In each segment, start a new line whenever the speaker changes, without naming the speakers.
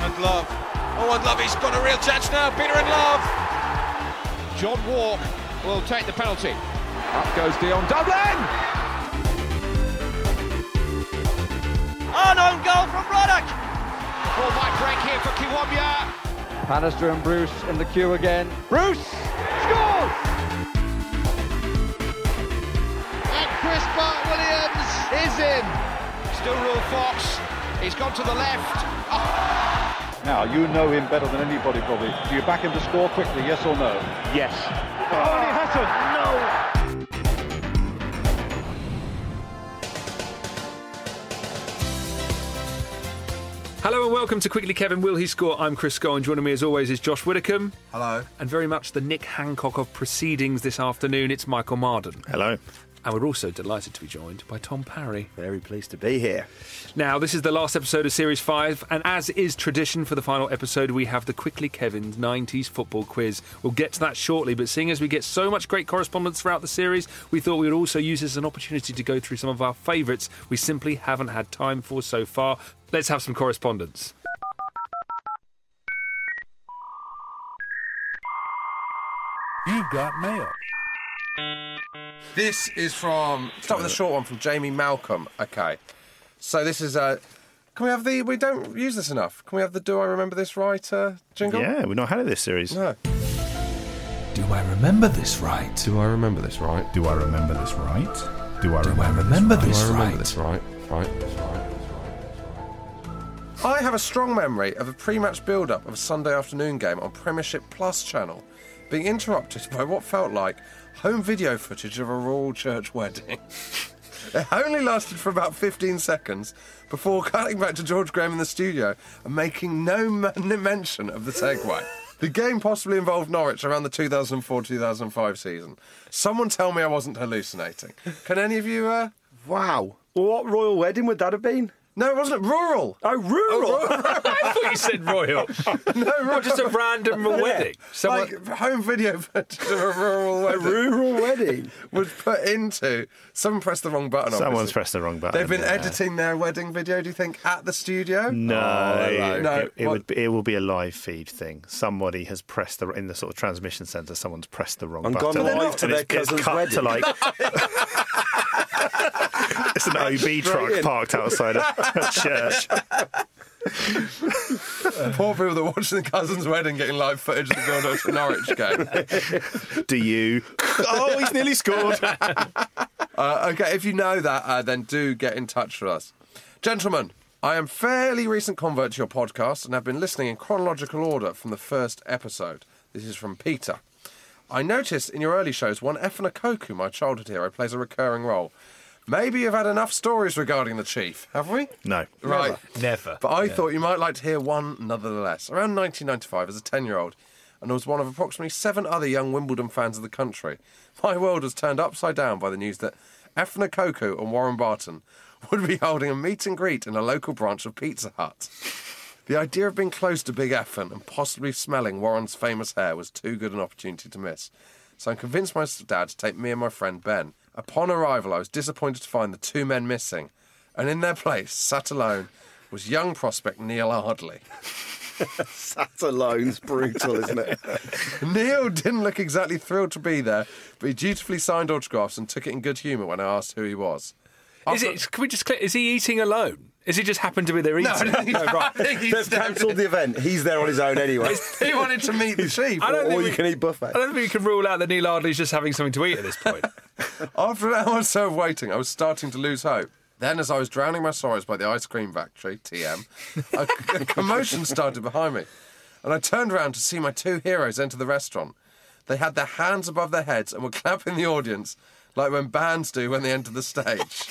and Love. Oh, and Love, he's got a real chance now. Peter and Love. John Walk will take the penalty. Up goes Dion Dublin. An own goal from Ruddock. Ball might break here for Kiwabia.
Bannister and Bruce in the queue again.
Bruce scores. And Chris Bart Williams is in. Still rule Fox. He's gone to the left. Oh.
Now, you know him better than anybody, probably. Do you back him to score quickly, yes or no?
Yes.
Oh, oh Hassan!
No! Hello and welcome to Quickly Kevin Will He Score? I'm Chris Scott and joining me as always is Josh Widdicombe.
Hello.
And very much the Nick Hancock of proceedings this afternoon, it's Michael Marden.
Hello.
And we're also delighted to be joined by Tom Parry.
Very pleased to be here.
Now, this is the last episode of Series 5, and as is tradition for the final episode, we have the Quickly Kevin's 90s football quiz. We'll get to that shortly, but seeing as we get so much great correspondence throughout the series, we thought we would also use this as an opportunity to go through some of our favourites we simply haven't had time for so far. Let's have some correspondence.
You've got mail.
This is from. Start with a short one from Jamie Malcolm. Okay. So this is a. Can we have the. We don't use this enough. Can we have the Do I Remember This Right uh, jingle?
Yeah, we've not had it this series.
No.
Do I remember this right?
Do I remember this right?
Do I remember this right? Do I
Do
remember, I remember this,
Do I remember
right?
this right? Right, this right. this right. I have a strong memory of a pre-match build-up of a Sunday afternoon game on Premiership Plus channel, being interrupted by what felt like home video footage of a Royal Church wedding. It only lasted for about 15 seconds before cutting back to George Graham in the studio and making no men- mention of the segue. The game possibly involved Norwich around the 2004 2005 season. Someone tell me I wasn't hallucinating. Can any of you. Uh...
Wow.
Well, what royal wedding would that have been?
No, it wasn't rural.
Oh, rural!
I thought you said royal.
No, rural.
Not just a random wedding. Someone,
Like home video footage of a rural wedding
Rural wedding.
was put into. Someone pressed the wrong button.
Someone's
obviously.
pressed the wrong button.
They've been
yeah.
editing their wedding video. Do you think at the studio?
No,
hello. No,
it, it
what-
would be, it will be a live feed thing. Somebody has pressed the in the sort of transmission centre. Someone's pressed the wrong
And
button.
gone live to
And
their
it's- it's
cousin's
cut To
wedding.
like, it's an OB truck
in.
parked outside a, a church.
Poor people that are watching the cousin's wedding getting live footage of the build up to Norwich game.
Do you? Oh, he's nearly scored.
Uh, okay, if you know that, uh, then do get in touch with us. Gentlemen, I am fairly recent convert to your podcast and have been listening in chronological order from the first episode. This is from Peter. I noticed in your early shows one Efna Koku, my childhood hero, plays a recurring role. Maybe you've had enough stories regarding the chief, have we?
No.
Right.
never.
But I thought you might like to hear one nonetheless. Around 1995, as a 10 year old, and I was one of approximately seven other young Wimbledon fans of the country, my world was turned upside down by the news that Efna Koku and Warren Barton would be holding a meet and greet in a local branch of Pizza Hut. The idea of being close to Big Effin and possibly smelling Warren's famous hair was too good an opportunity to miss. So I convinced my dad to take me and my friend Ben. Upon arrival, I was disappointed to find the two men missing, and in their place, sat alone, was young prospect Neil Ardley.
Sat alone's brutal, isn't it?
Neil didn't look exactly thrilled to be there, but he dutifully signed autographs and took it in good humour when I asked who he was.
Is it? Can we just clear? Is he eating alone? Is he just happened to be there eating?
I don't think-
right.
I think he's
They've cancelled the event. He's there on his own anyway.
he wanted to meet the chief.
I don't
or
think
you
we-
can eat buffet.
I don't think we can rule out that Neil Ardley's just having something to eat at this point.
After an hour or so of waiting, I was starting to lose hope. Then, as I was drowning my sorrows by the ice cream factory, TM, a, a commotion started behind me. And I turned round to see my two heroes enter the restaurant. They had their hands above their heads and were clapping the audience like when bands do when they enter the stage.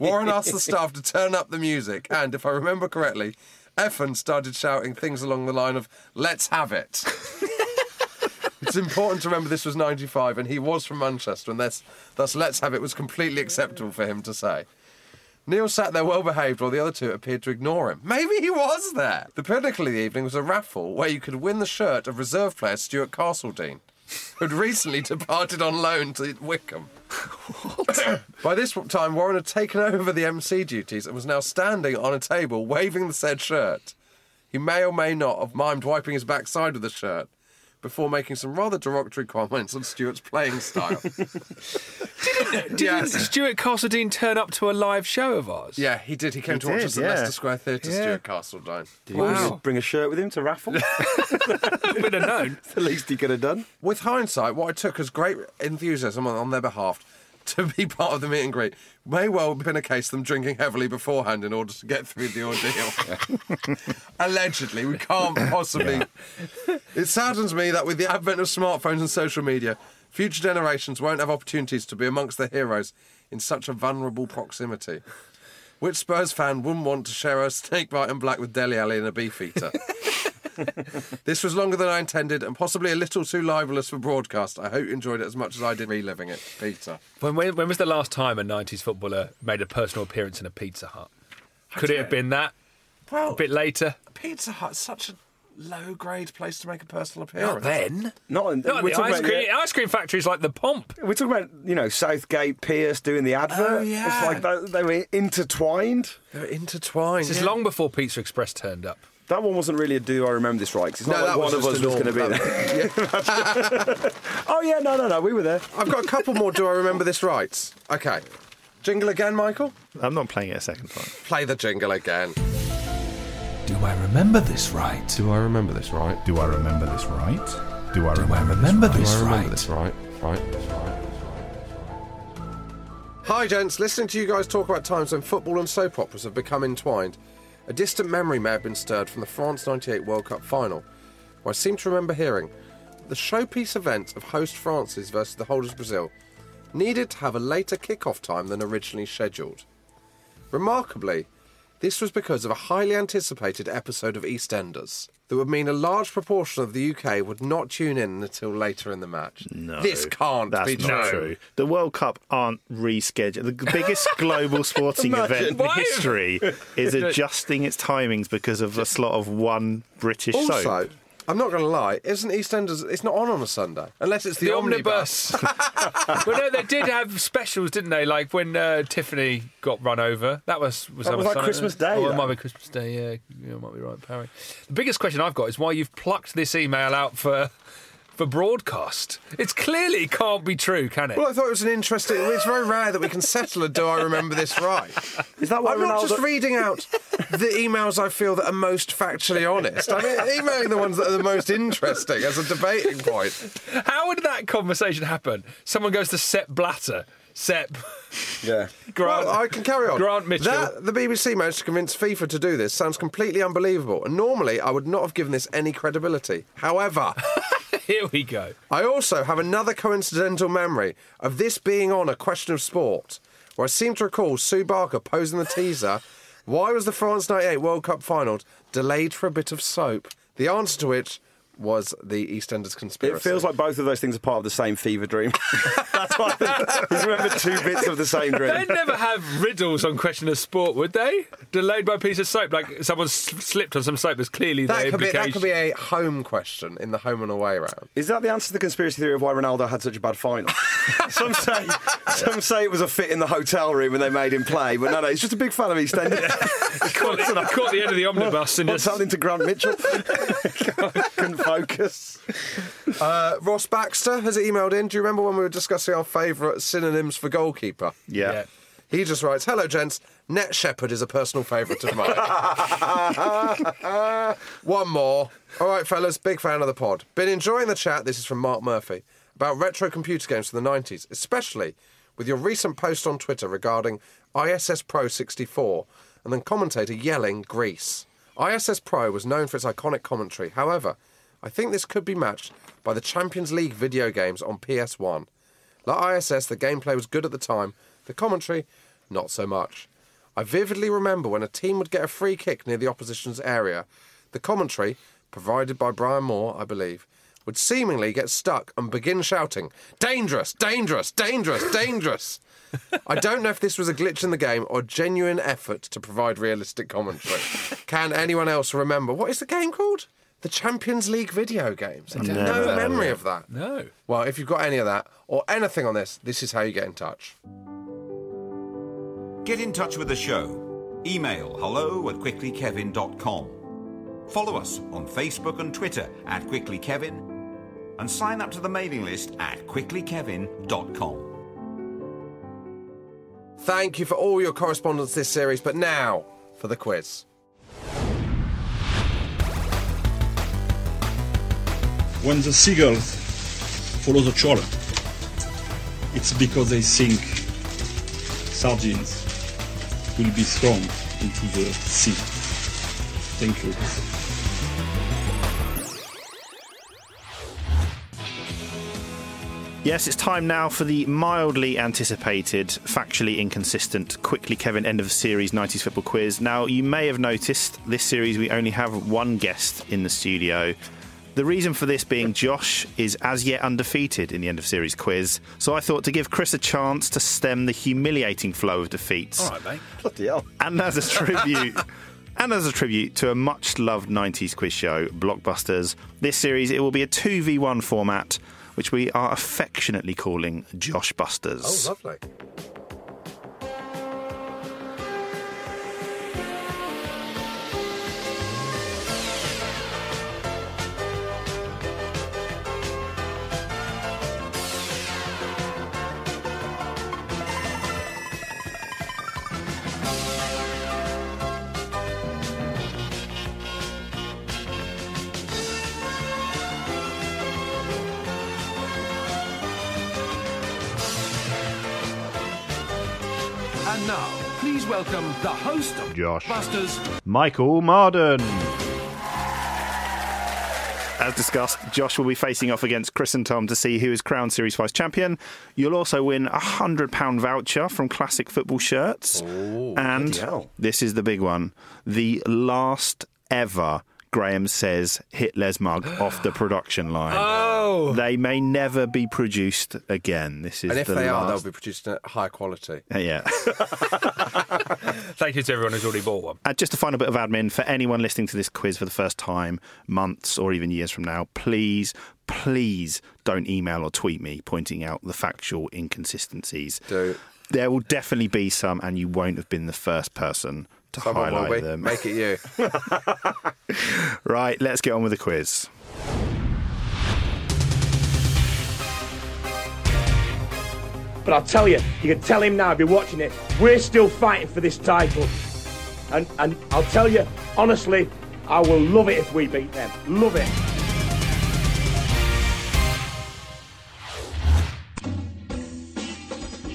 Warren asked the staff to turn up the music, and if I remember correctly, Effin started shouting things along the line of, Let's have it. It's important to remember this was 95 and he was from Manchester, and thus, thus let's have it was completely acceptable for him to say. Neil sat there well behaved while the other two appeared to ignore him. Maybe he was there. The pinnacle of the evening was a raffle where you could win the shirt of reserve player Stuart Castledean, who'd recently departed on loan to Wickham. By this time, Warren had taken over the MC duties and was now standing on a table waving the said shirt. He may or may not have mimed wiping his backside with the shirt before making some rather derogatory comments on Stuart's playing style.
Didn't Stuart Castledine turn up to a live show of ours?
yeah, he did. He came
He
to watch
did,
us at
yeah.
Leicester Square Theatre,
Yeah.
Stuart Castledine.
Did he Wow. just
bring a shirt with him to raffle?
Would have known.
the least he could have done. With hindsight, what I took as great enthusiasm on, on their behalf to be part of the meet and greet may well have been a case of them drinking heavily beforehand in order to get through the ordeal. Allegedly, we can't possibly. It saddens me that with the advent of smartphones and social media, future generations won't have opportunities to be amongst their heroes in such a vulnerable proximity. Which Spurs fan wouldn't want to share a snake bite and black with Deli Alley and a beefeater? this was longer than I intended and possibly a little too libelous for broadcast. I hope you enjoyed it as much as I did reliving it, Peter.
When, when, when was the last time a 90s footballer made a personal appearance in a Pizza Hut? Could it have been that?
Well,
a bit later?
Pizza Hut's such a low grade place to make a personal
Not then.
Not, in,
Not
we're
the
talking
ice
about-
cream.
yeah.
Ice cream factories like the pomp.
We're talking about you know Southgate Pierce doing the advert.
Oh, yeah.
it's like they, they were intertwined.
They're intertwined.
This is long before Pizza Express turned up.
That one wasn't really a do I remember this right because it's
No,
not
that
like
was
one of us
just a
was going to be
normal-
there.
Oh, yeah, no, no, no, we were there. I've got a couple more. Do I remember this right? Okay. Jingle again, Michael?
I'm not playing it a second time.
Play the jingle again.
Do I remember this right?
Do I remember this right?
Do I remember this right? Do I remember,
Do
this
I remember
right?
this right? Right.
Hi, gents. Listening to you guys talk about times when football and soap operas have become entwined, a distant memory may have been stirred from the France 98 World Cup final, where I seem to remember hearing that the showpiece event of host France's versus the holders Brazil needed to have a later kickoff time than originally scheduled. Remarkably, this was because of a highly anticipated episode of EastEnders that would mean a large proportion of the UK would not tune in until later in the match.
No,
this can't
that's
be
not
true.
true. The World Cup aren't rescheduled. The biggest global sporting
Imagine.
event in
Why?
history is adjusting its timings because of a slot of one British
also,
soap.
I'm not going to lie, isn't EastEnders? It's not on on a Sunday unless it's the,
The
omnibus.
well, no, they did have specials, didn't they? Like when uh, Tiffany got run over. That was was
That
on
was
a
like
Sunday.
Christmas Day,
Oh, it
that.
might be Christmas Day. Yeah, you know, might be right, Parry. The biggest question I've got is why you've plucked this email out for for broadcast. It's clearly can't be true, can it?
well, I thought it was an interesting. It's very rare that we can settle a. Do I remember this right? Is that
why
I'm not just
Ronaldo-
reading out the emails I feel that are most factually honest. I mean, emailing the ones that are the most interesting as a debating point.
How would that conversation happen? Someone goes to Sepp Blatter. Sepp.
Yeah.
Grant.
Well, I can carry on.
Grant Mitchell.
That, the BBC managed to convince FIFA to do this sounds completely unbelievable, and normally I would not have given this any credibility. However.
Here we go.
I also have another coincidental memory of this being on a question of sport, where I seem to recall Sue Barker posing the teaser why was the France 98 World Cup final delayed for a bit of soap? The answer to which was the EastEnders conspiracy.
It feels like both of those things are part of the same fever dream. That's why I think. remember two bits of the same dream.
They'd never have riddles on Question of Sport, would they? Delayed by a piece of soap, like someone s- slipped on some soap. Is clearly the
that could, be,
implication.
that could be a home question in the home and away round.
Is that the answer to the conspiracy theory of why Ronaldo had such a bad final? some say some say it was a fit in the hotel room and they made him play, but no, no, he's just a big fan of EastEnders.
caught, the, caught the end of the omnibus and
What's
just-
happening to Grant Mitchell? Couldn't focus.
Uh, Ross Baxter has emailed in. Do you remember when we were discussing our favourite synonyms for goalkeeper?
Yeah. Yeah.
He just writes, "Hello, gents. Net shepherd is a personal favourite of
Ah,
mine. One more. All right, fellas. Big fan of the pod. Been enjoying the chat. This is from Mark Murphy about retro computer games from the '90s, especially with your recent post on Twitter regarding ISS Pro 64, and then commentator yelling Greece. ISS Pro was known for its iconic commentary. However, I think this could be matched by the Champions League video games on PS1. Like ISS, the gameplay was good at the time, the commentary, not so much. I vividly remember when a team would get a free kick near the opposition's area, the commentary, provided by Brian Moore, I believe, would seemingly get stuck and begin shouting, Dangerous, dangerous, dangerous, dangerous. I don't know if this was a glitch in the game or genuine effort to provide realistic commentary. Can anyone else remember? What is the game called? The Champions League video games. I
I've
have
never heard
no
of
memory
it.
of that.
No.
Well, if you've got any of that or anything on this, this is how you get in touch.
Get in touch with the show. Email hello at quicklykevin.com. Follow us on Facebook and Twitter at quicklykevin and sign up to the mailing list at quicklykevin.com.
Thank you for all your correspondence this series, but now for the quiz.
When the seagulls follow the trawler, it's because they think sardines will be thrown into the sea. Thank you.
Yes, it's time now for the mildly anticipated, factually inconsistent, quickly Kevin end of series 90s football quiz. Now, you may have noticed this series we only have one guest in the studio. The reason for this being Josh is as yet undefeated in the end of series quiz, so I thought to give Chris a chance to stem the humiliating flow of defeats.
All right, mate. Bloody hell.
And as a tribute. And as a tribute to a much loved 90s quiz show, Blockbusters, this series it will be a 2v1 format, which we are affectionately calling Josh Busters.
lovely.
And now, please welcome the host of
Josh.
Busters.
Michael Marden. As discussed, Josh will be facing off against Chris and Tom to see who is crowned Series 5 champion. You'll also win a £100 voucher from Classic Football Shirts. and
bloody hell.
this is the big one the last ever Graham Says Hitler's mug off the production line.
Oh!
They may never be produced again. This is
and if
the
they are,
last... Uh,
they'll be produced at high quality.
Yeah.
Thank you to everyone who's already bought one.
Uh, just a final bit of admin for anyone listening to this quiz for the first time, months or even years from now, please, please don't email or tweet me pointing out the factual inconsistencies.
Do.
There will definitely be some, and you won't have been the first person to
Someone will
highlight
be.
them.
Make it you.
right, let's get on with the quiz.
But I'll tell you, you can tell him now if you're watching it, we're still fighting for this title. And and I'll tell you, honestly, I will love it if we beat them. Love it.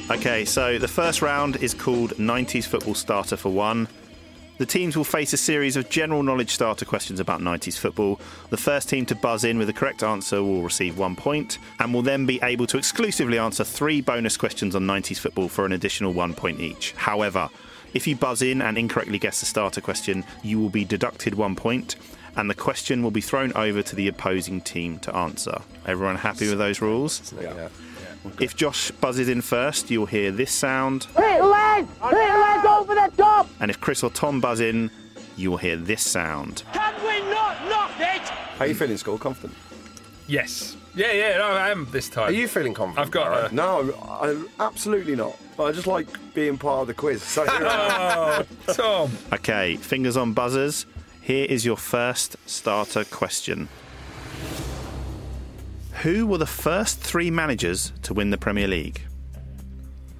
Okay, so the first round is called 90s Football Starter for One. The teams will face a series of general knowledge starter questions about 90s football. The first team to buzz in with the correct answer will receive one point and will then be able to exclusively answer three bonus questions on 90s football for an additional one point each. However, if you buzz in and incorrectly guess the starter question, you will be deducted one point and the question will be thrown over to the opposing team to answer. Everyone happy with those rules?
Yeah.
If Josh buzzes in first, you'll hear this sound,
Hit legs! Hit legs over the top!
and if Chris or Tom buzz in, you will hear this sound.
Can we not knock it?
How are you feeling, Skull? Confident?
Yes. Yeah, yeah, no, I am this time. Are you
feeling confident?
I've got. a-
No, I'm absolutely not. I just like being part of the quiz. So
oh, Tom.
Okay, fingers on buzzers. Here is your first starter question. Who were the first three managers to win the Premier League?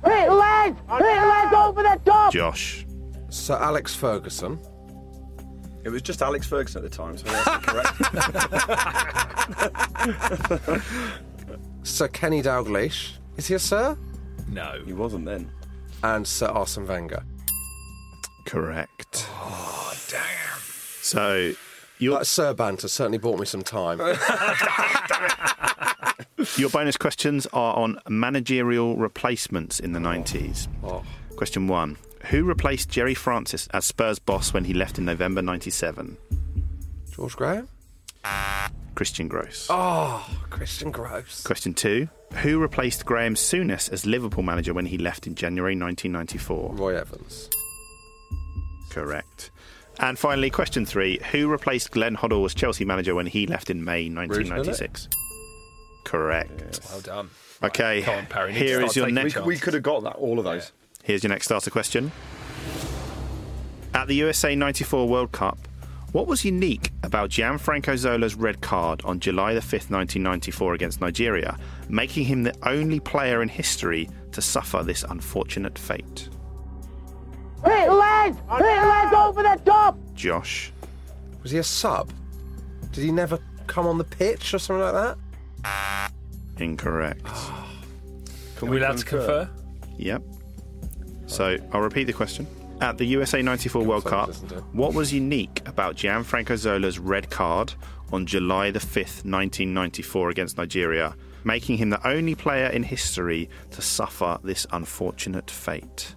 Hit legs! Hit legs over the top!
Josh.
Sir Alex Ferguson.
It was just Alex Ferguson at the time, so that's correct.
Sir Kenny Dalglish. Is he a sir?
No.
He wasn't then.
And Sir Arsene Wenger.
Correct.
Oh, damn.
So. Your...
That Uh, Sir banter certainly bought me some time.
Your bonus questions are on managerial replacements in the
Oh.
90s. Question one Who replaced Jerry Francis as Spurs boss when he left in November 97?
George Graham?
Christian Gross.
Oh, Christian Gross.
Question two Who replaced Graham Souness as Liverpool manager when he left in January 1994?
Roy Evans.
Correct. And finally, question three Who replaced Glenn Hoddle as Chelsea manager when he left in May 1996? Correct.
Well done.
Okay,
Come on, Parry, need to
here
start
is your
taking
next.
chances. We could
have got that, all of those.
Here's your next starter question. At the USA 94 World Cup, what was unique about Gianfranco Zola's red card on July the 5th, 1994 against Nigeria, making him the only player in history to suffer this unfortunate fate?
Hit legs! Hit legs over the top!
Josh.
Was he a sub? Did he never come on the pitch or something like that?
Incorrect.
Can we allowed to confer?
Yep. So I'll repeat the question. At the USA 94 World Cup, what was unique about Gianfranco Zola's red card on July the 5th, 1994 against Nigeria, making him the only player in history to suffer this unfortunate fate?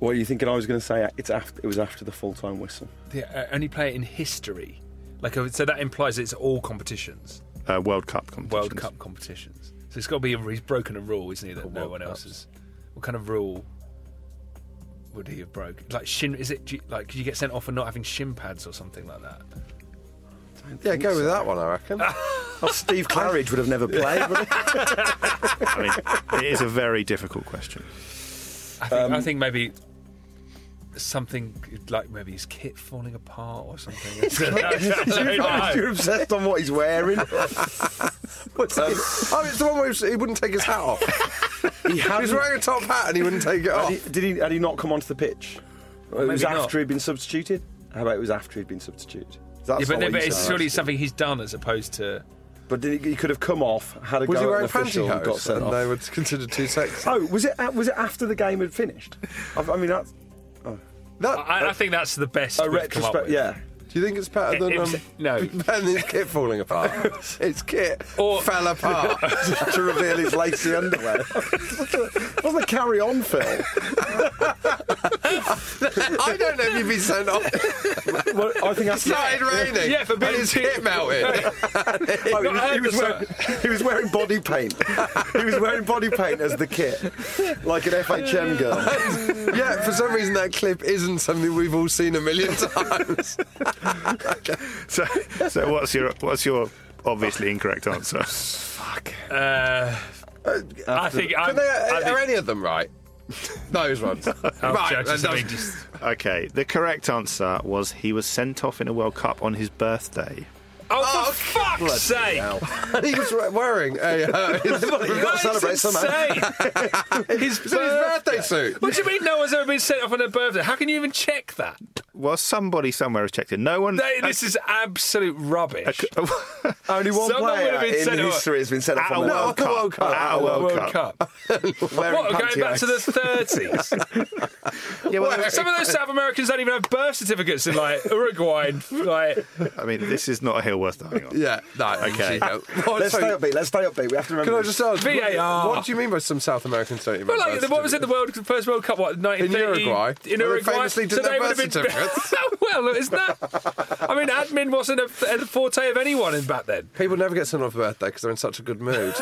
What are you thinking? I was going to say it's after. It was after the full-time whistle.
The uh, only player in history. Like, uh, so that implies it's all competitions,
Uh, World Cup competition.
World Cup competitions. So it's got to be he's broken a rule, isn't he? That no one else has. What kind of rule would he have broken? Like shin? Is it do you- like could you get sent off for not having shin pads or something like that?
Yeah, go with that one, I reckon.
Oh, Steve Claridge would have never played. would he?
I mean, it is a very difficult question.
I think,
Um,
I think maybe something like maybe his kit falling apart or something.
You're obsessed on what he's wearing.
What's um, oh, it's the one where he wouldn't take his hat off.
He,
he was
hadn't-
wearing a top hat and he wouldn't take it
Had
off.
he- did he? Had he not come onto the pitch? it was
maybe not.
after he'd been substituted. How about it was after he'd been substituted? That's
yeah, but,
not
no,
what
but
you
it's
said.
surely something he's done as opposed to.
But did he, he could have come off, had a
Was
go
he
at
wearing
an official, and got
pantyhose?
sent
And they
off.
were considered too sexy.
Oh, was it? Was it after the game had finished? I, I mean, that's
That,
I, I think that's the best.
a
we've come up
retrospect.
with.
Yeah,
do you think it's better
It-
than
it was-
um,
no.
better than his kit falling apart? his kit
Or-
fell apart.
to reveal his lacy underwear. What's the carry on, Phil?
I don't know if he'd be sent off.
Well, I
It
think that's
started raining.
Yeah, for being
and his
too-
kit melted.
Oh, he, was, he, was
Not
wearing, he was wearing body paint. He was wearing body paint as the kit, like an FHM girl.
yeah, for some reason that clip isn't something we've all seen a million times.
So, so what's your what's your obviously incorrect answer?
Uh, I think. i
Can they,
I
are,
think-
any of them right? Those ones.
Oh,
right.
judges
that
have
does-
been just-
Okay, the correct answer was he was sent off in a World Cup on his birthday.
oh, for fuck's sake!
he was we- wearing a. Uh, his,
You've got to celebrate somehow.
insane. his,
it's in his
birth-
birthday suit.
What do you mean no one's ever been sent off on a birthday? How can you even check that?
Well, somebody somewhere has checked it. No one.
They- this is absolute rubbish.
Only one
Someone would
player
have been
in
sent off.
history has been sent off
At a
on the
World Cup. At a World
World
Cup.
Cup.
Wearing
What, going back to the 30s?
Yeah, well,
Some of those South Americans don't even have birth certificats in like Uruguay and like
I mean, this is not a hill worth dying on.
Yeah. No,
Okay.
you know. Well,
Let's
so-
stay upbeat. Let's stay upbeat. We have to remember.
Can I
this.
just ask? what-
VAR.
What do you mean by some South Americans don't even?
But
have
like,
birth
what was it? The World First World Cup, what? 1930?
Uruguay.
In
Well, they
Uruguay,
famously didn't
so they
have
would
birth
have been. Oh,
certificates.
well, isn't that? I mean, admin wasn't a, a forte of anyone in back then.
People never get sent off for birthday because they're in such a good mood.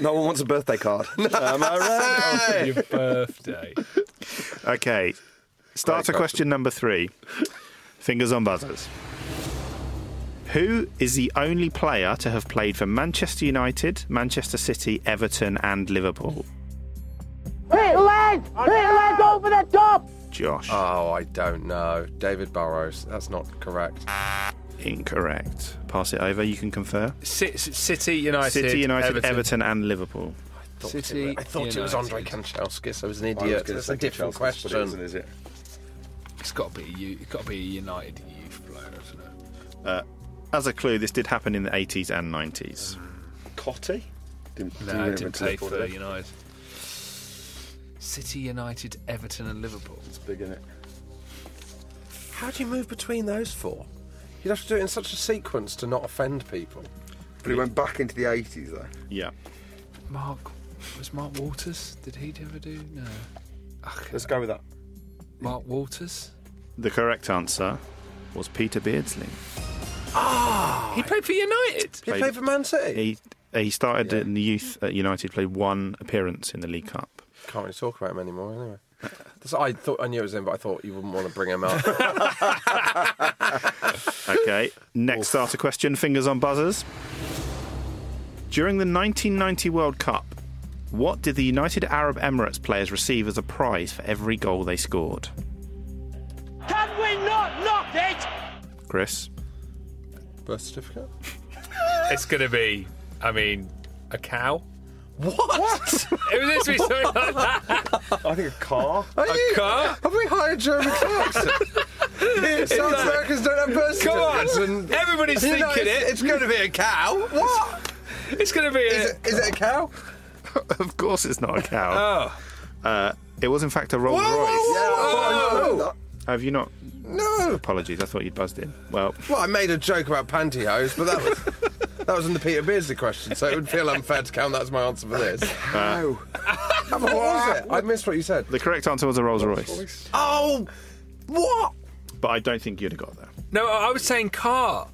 no one wants a birthday card. Am I right? Oh,
Your birthday.
Okay. Starter question
question.
number three. Fingers on buzzers. Who is the only player to have played for Manchester United, Manchester City, Everton, and Liverpool?
Pit legs! Pit legs over the top!
Josh.
Oh, I don't know. David Burrows. That's not correct.
Incorrect. Pass it over. You can confer.
Ci- City United.
City, United, Everton. and Liverpool.
City. I thought it was Andre Kanchelskis. I was an
I was
idiot.
gonna
That's
say
a different
Kanchelskis, but it
question.
isn't, is it?
It's got to be you. It's got to be a United youth player, isn't it?
Uh, as a clue, this did happen in the 80s and 90s.
Cotty? Didn't,
No, I didn't play for United. City, United, Everton, and Liverpool.
It's big, isn't it?
How do you move between those four? You'd have to do it in such a sequence to not offend people.
But he went back into the 80s, though.
Yeah.
Mark was Mark Waters. Did he ever do? No.
Ah,
Let's go with that.
Mark Waters.
The correct answer was Peter Beardsley.
Ah, he played for United.
He played for Man City.
He, he started in the youth at United, played one appearance in the League Cup.
Can't really talk about him anymore, anyway. That's- I thought I knew it was him, but I thought you wouldn't want to bring him up.
Okay, next starter question fingers on buzzers. During the 1990 World Cup, what did the United Arab Emirates players receive as a prize for every goal they scored?
Can we not knock it?
Chris?
Birth certificate?
It's going to be, I mean, a cow.
What?
It was literally something like that.
I think a car.
Are you-
car?
Have we hired Jeremy Clarkson? Yeah,
It's
South
like-
Americans don't have birth
Come on.
certificates. and-
Everybody's
You know,
thinking
it's-
it.
It's going to be a cow. What?
It's going to be a.
Is it, is it a cow?
of course, it's not a cow.
Oh.
Uh, it was, in fact, a Rolls
Whoa, whoa,
Royce.
whoa, whoa.
Have you not?
No.
Apologies, I thought you'd buzzed in. Well,
Well, I made a joke about pantyhose, but that was that was in the Peter Beardsley question, so it would feel unfair to count that as my answer for this.
uh,
what was it? I missed what you said.
the correct answer was a Rolls Royce.
Oh, what?
But I don't think you'd have got there.
No, I was saying car.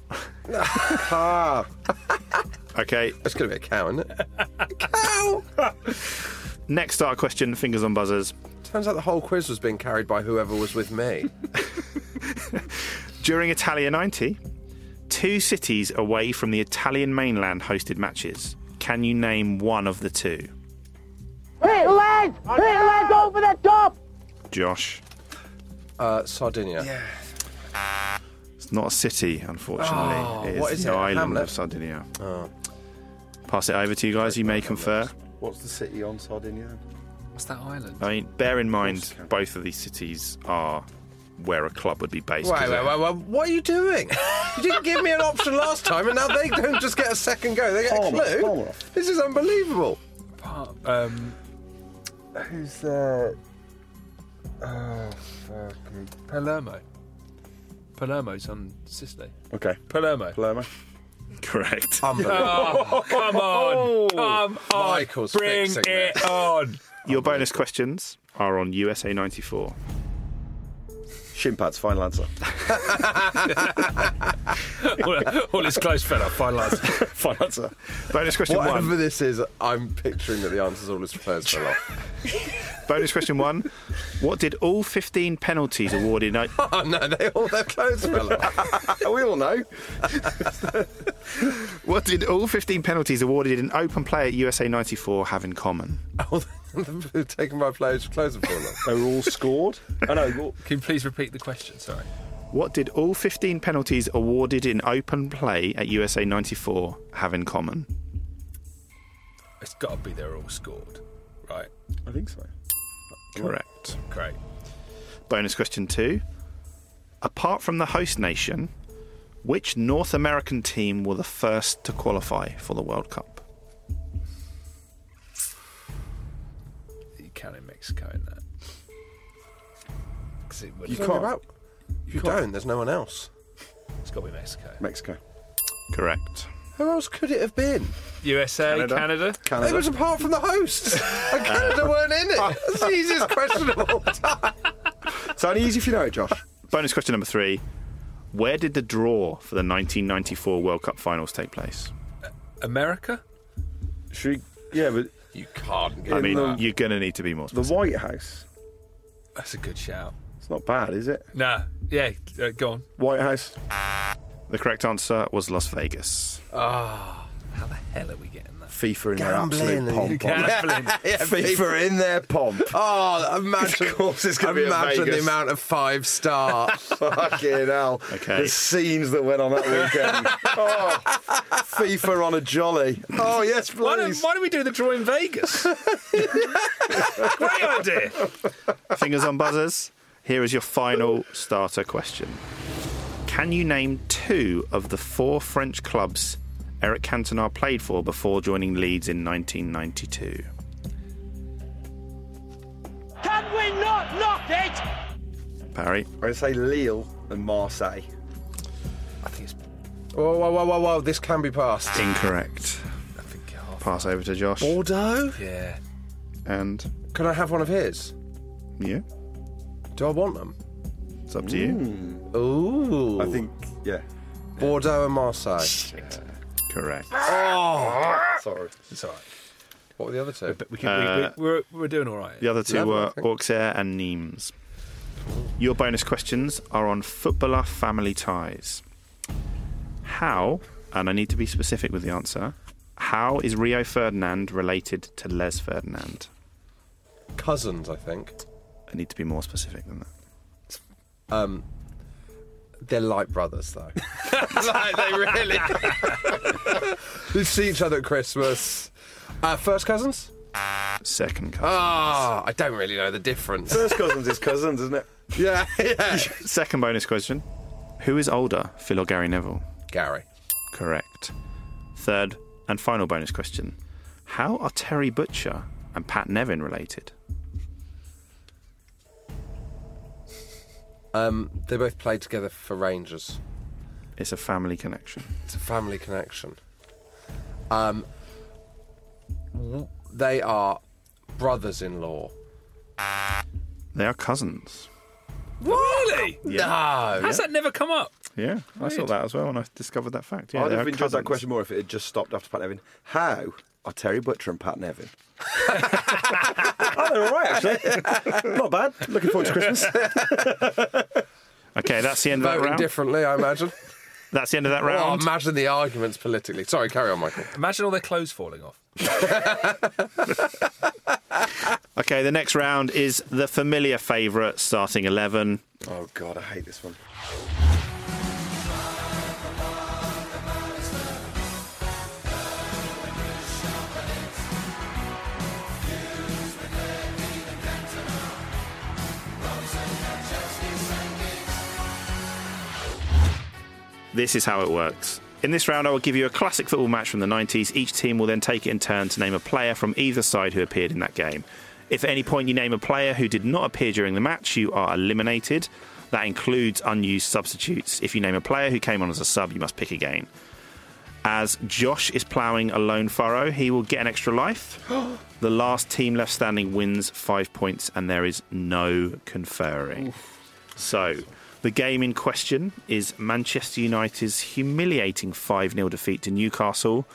Ah,
Okay,
it's going to be a cow, isn't it?
next starter question fingers on buzzers.
Turns out the whole quiz was being carried by whoever was with me.
During Italia 90, two cities away from the Italian mainland hosted matches. Can you name one of the two?
Pit legs! Pit legs over the top!
Josh.
Uh, Sardinia. Yeah.
It's not a city, unfortunately.
Oh,
it is
what is
the
it?
island
Hamlet?
of Sardinia.
Oh.
Pass it over to you guys, you may confer.
What's the city on Sardinia?
What's that island?
I mean, bear in mind, both of these cities are where a club would be based.
Wait,
'cause
wait, wait, wait, what are you doing? You didn't give me an option last time, and now they don't just get a second go; they get a
Palmer,
clue.
Palmer.
This is unbelievable.
Um,
Who's there? Oh, fuck me.
Palermo. Palermo's on Sicily.
Okay.
Palermo.
Palermo.
Correct.
Oh, come on. Come on.
Michael's
Bring
fixing
Oh. it on.
Your bonus questions are on USA 94.
Shin pads, final answer.
all, all his close fella, fine lads.
final answer.
Bonus question
Whatever
one.
this is, I'm picturing that the answer's all his players fell off.
Bonus question one. What did all 15 penalties awarded in
Oh no, they all their clothes fell off.
we all know.
What did all 15 penalties awarded in open play at USA 94 have in common?
All the- Taken by players' clothes have fallen off.
They were all scored.
Oh,
I know. well,
Can you please repeat the question? Sorry.
What did all 15 penalties awarded in open play at USA 94 have in common?
It's got to be they're all scored. Right.
I think so.
Correct.
Great.
Bonus question two. Apart from the host nation, which North American team were the first to qualify for the World Cup?
You can in Mexico in that. 'Cause it would-
You can't. You don't. There's no one else.
It's got to be Mexico.
Mexico.
Correct.
Who else could it have been?
USA, Canada. Canada.
It was apart from the hosts. and Canada weren't in it. That's the easiest question of all time.
It's only easy if you know it, Josh. Bonus question number three. Where did the draw for the 1994 World Cup finals take place?
America?
Should we, yeah, but
You can't
I mean, you're going to need to be more
uh,
The
specific. White House.
That's a good shout.
It's not bad, is it?
Nah. Yeah, uh, go on.
White House. The correct answer was Las Vegas.
Ah, how the hell are we getting that?
FIFA in
Gambling.
their absolute pomp.
Gambling.
Yeah, FIFA in their pomp.
Oh, imagine, of course
it's gonna be in
imagine the
Vegas.
amount of five star.
Fucking hell.
Okay.
The scenes that went on that weekend. oh, FIFA on a jolly. Oh, yes, please.
Why don't, why don't we do the draw in Vegas? Great idea.
Fingers on buzzers. Here is your final starter question. Can you name two of the four French clubs Eric Cantona played for before joining Leeds in 1992?
Can we not knock it?
Barry?
I'm going to say Lille and Marseille.
Whoa, whoa, whoa, whoa, whoa. This can be passed.
Incorrect. Pass over to Josh.
Bordeaux?
Yeah.
And
Can I have one of his?
you?
Do I want them?
It's up to you.
Ooh.
I think-
yeah.
Bordeaux and Marseille.
Correct.
Oh, sorry. It's all right. What were the other two?
We can,
Uh,
we, we, we're, we're doing all right.
The other two
Level, I
were
think.
Auxerre and Nimes. Your bonus questions are on footballer family ties. How, and I need to be specific with the answer, how is Rio Ferdinand related to Les Ferdinand?
Cousins, I think.
I need to be more specific than that.
Um, they're like brothers, though.
like they really.
we see each other at Christmas. Uh, first cousins?
Second cousins.
Ah, I don't really know the difference.
First cousins is cousins, isn't it?
Yeah, yeah.
Ah.
Second bonus question Who is older, Phil or Gary Neville?
Gary.
Correct. Third and final bonus question How are Terry Butcher and Pat Nevin related?
Um, they both played together for Rangers.
It's a family connection.
It's a family connection. Um, they are brothers-in-law.
They are cousins.
Really?
Yeah.
No.
How's that never come up?
Yeah, I saw
Weird.
that as well, and I discovered that fact. Yeah,
I'd
they
have
are
enjoyed
cousins.
that question more if it had just stopped after Pat Nevin. How are Terry Butcher and Pat Nevin? oh, they're all right, actually. Not bad. Looking forward to Christmas.
Okay, that's the end of that
Voting
round.
differently, I imagine.
That's the end of that round.
Oh, imagine the arguments politically. Sorry, carry on, Michael.
Imagine all their clothes falling off.
Okay, the next round is the familiar favourite, starting eleven.
Oh, God, I hate this one.
This is how it works. In this round, I will give you a classic football match from the 90s. Each team will then take it in turn to name a player from either side who appeared in that game. If at any point you name a player who did not appear during the match, you are eliminated. That includes unused substitutes. If you name a player who came on as a sub, you must pick again. As Josh is ploughing a lone furrow, he will get an extra life. the last team left standing wins five points, and there is no conferring. So, the game in question is Manchester United's humiliating 5 0 defeat to Newcastle,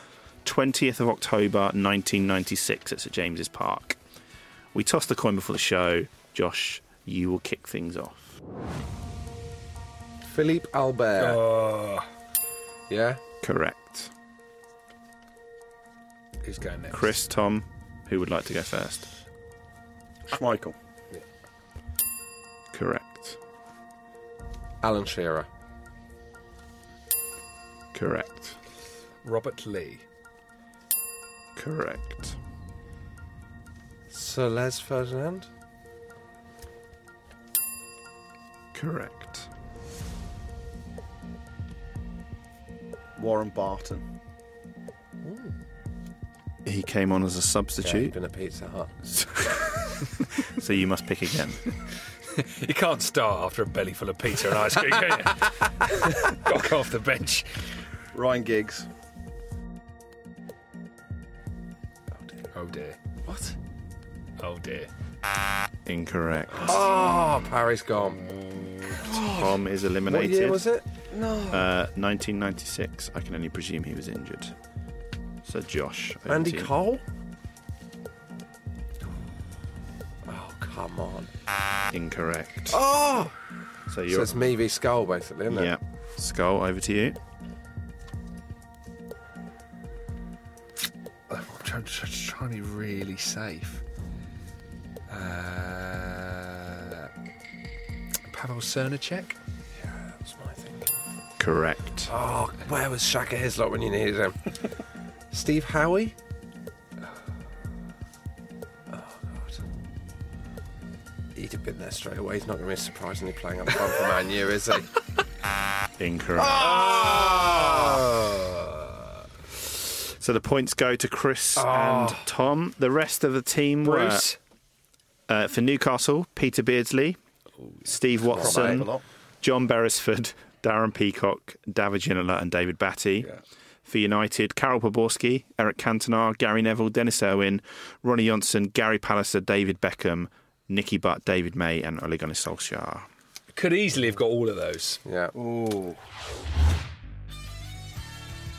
20th of October 1996 at St James's Park. We tossed the coin before the show. Josh, you will kick things off.
Philippe Albert.
Oh,
Yeah?
Correct.
Who's going next?
Chris, Tom, who would like to go first?
Michael.
Correct.
Alan Shearer.
Correct.
Robert Lee.
Correct.
Sir Les Ferdinand.
Correct.
Warren Barton.
He came on as a
Yeah, he'd
substitute,
been a Pizza Hut.
so you must pick again.
You can't start after a belly full of pizza and ice cream, can you? Got to go off the bench.
Ryan Giggs.
Oh dear.
What?
Oh dear.
Incorrect.
Oh, Paris gone.
Tom is eliminated.
What year was it? No.
Uh, 1996. I can only presume he was injured. So Josh. over
Andy
to you.
Cole? Oh, come on.
Incorrect.
Oh!
So
So
you're.
it's me v Skull, basically, isn't it?
yeah. Skull, over to you.
I'm trying, trying, trying to be really safe. Uh, Pavel Cernacek? Yeah, that's my thing.
Correct.
Oh, where was Shaka Hislop when you needed him? Steve Howie? Oh, God. He'd have been there straight away. He's not going to be surprisingly playing up front for Man U, is he?
Incorrect.
Ah!
So the points go to Chris and Tom. The rest of the team
Ah. Bruce.
were uh, for Newcastle: Peter Beardsley, Steve Watson,
Probably.
John Beresford, Darren Peacock, David Ginola, and David Batty. For United, Carol Poborski, Eric Cantona, Gary Neville, Dennis Irwin, Ronnie Johnson, Gary Palliser, David Beckham, Nicky Butt, David May, and Ole Gunnar Solskjaer.
Could easily have got all of those.
Yeah.
Ooh.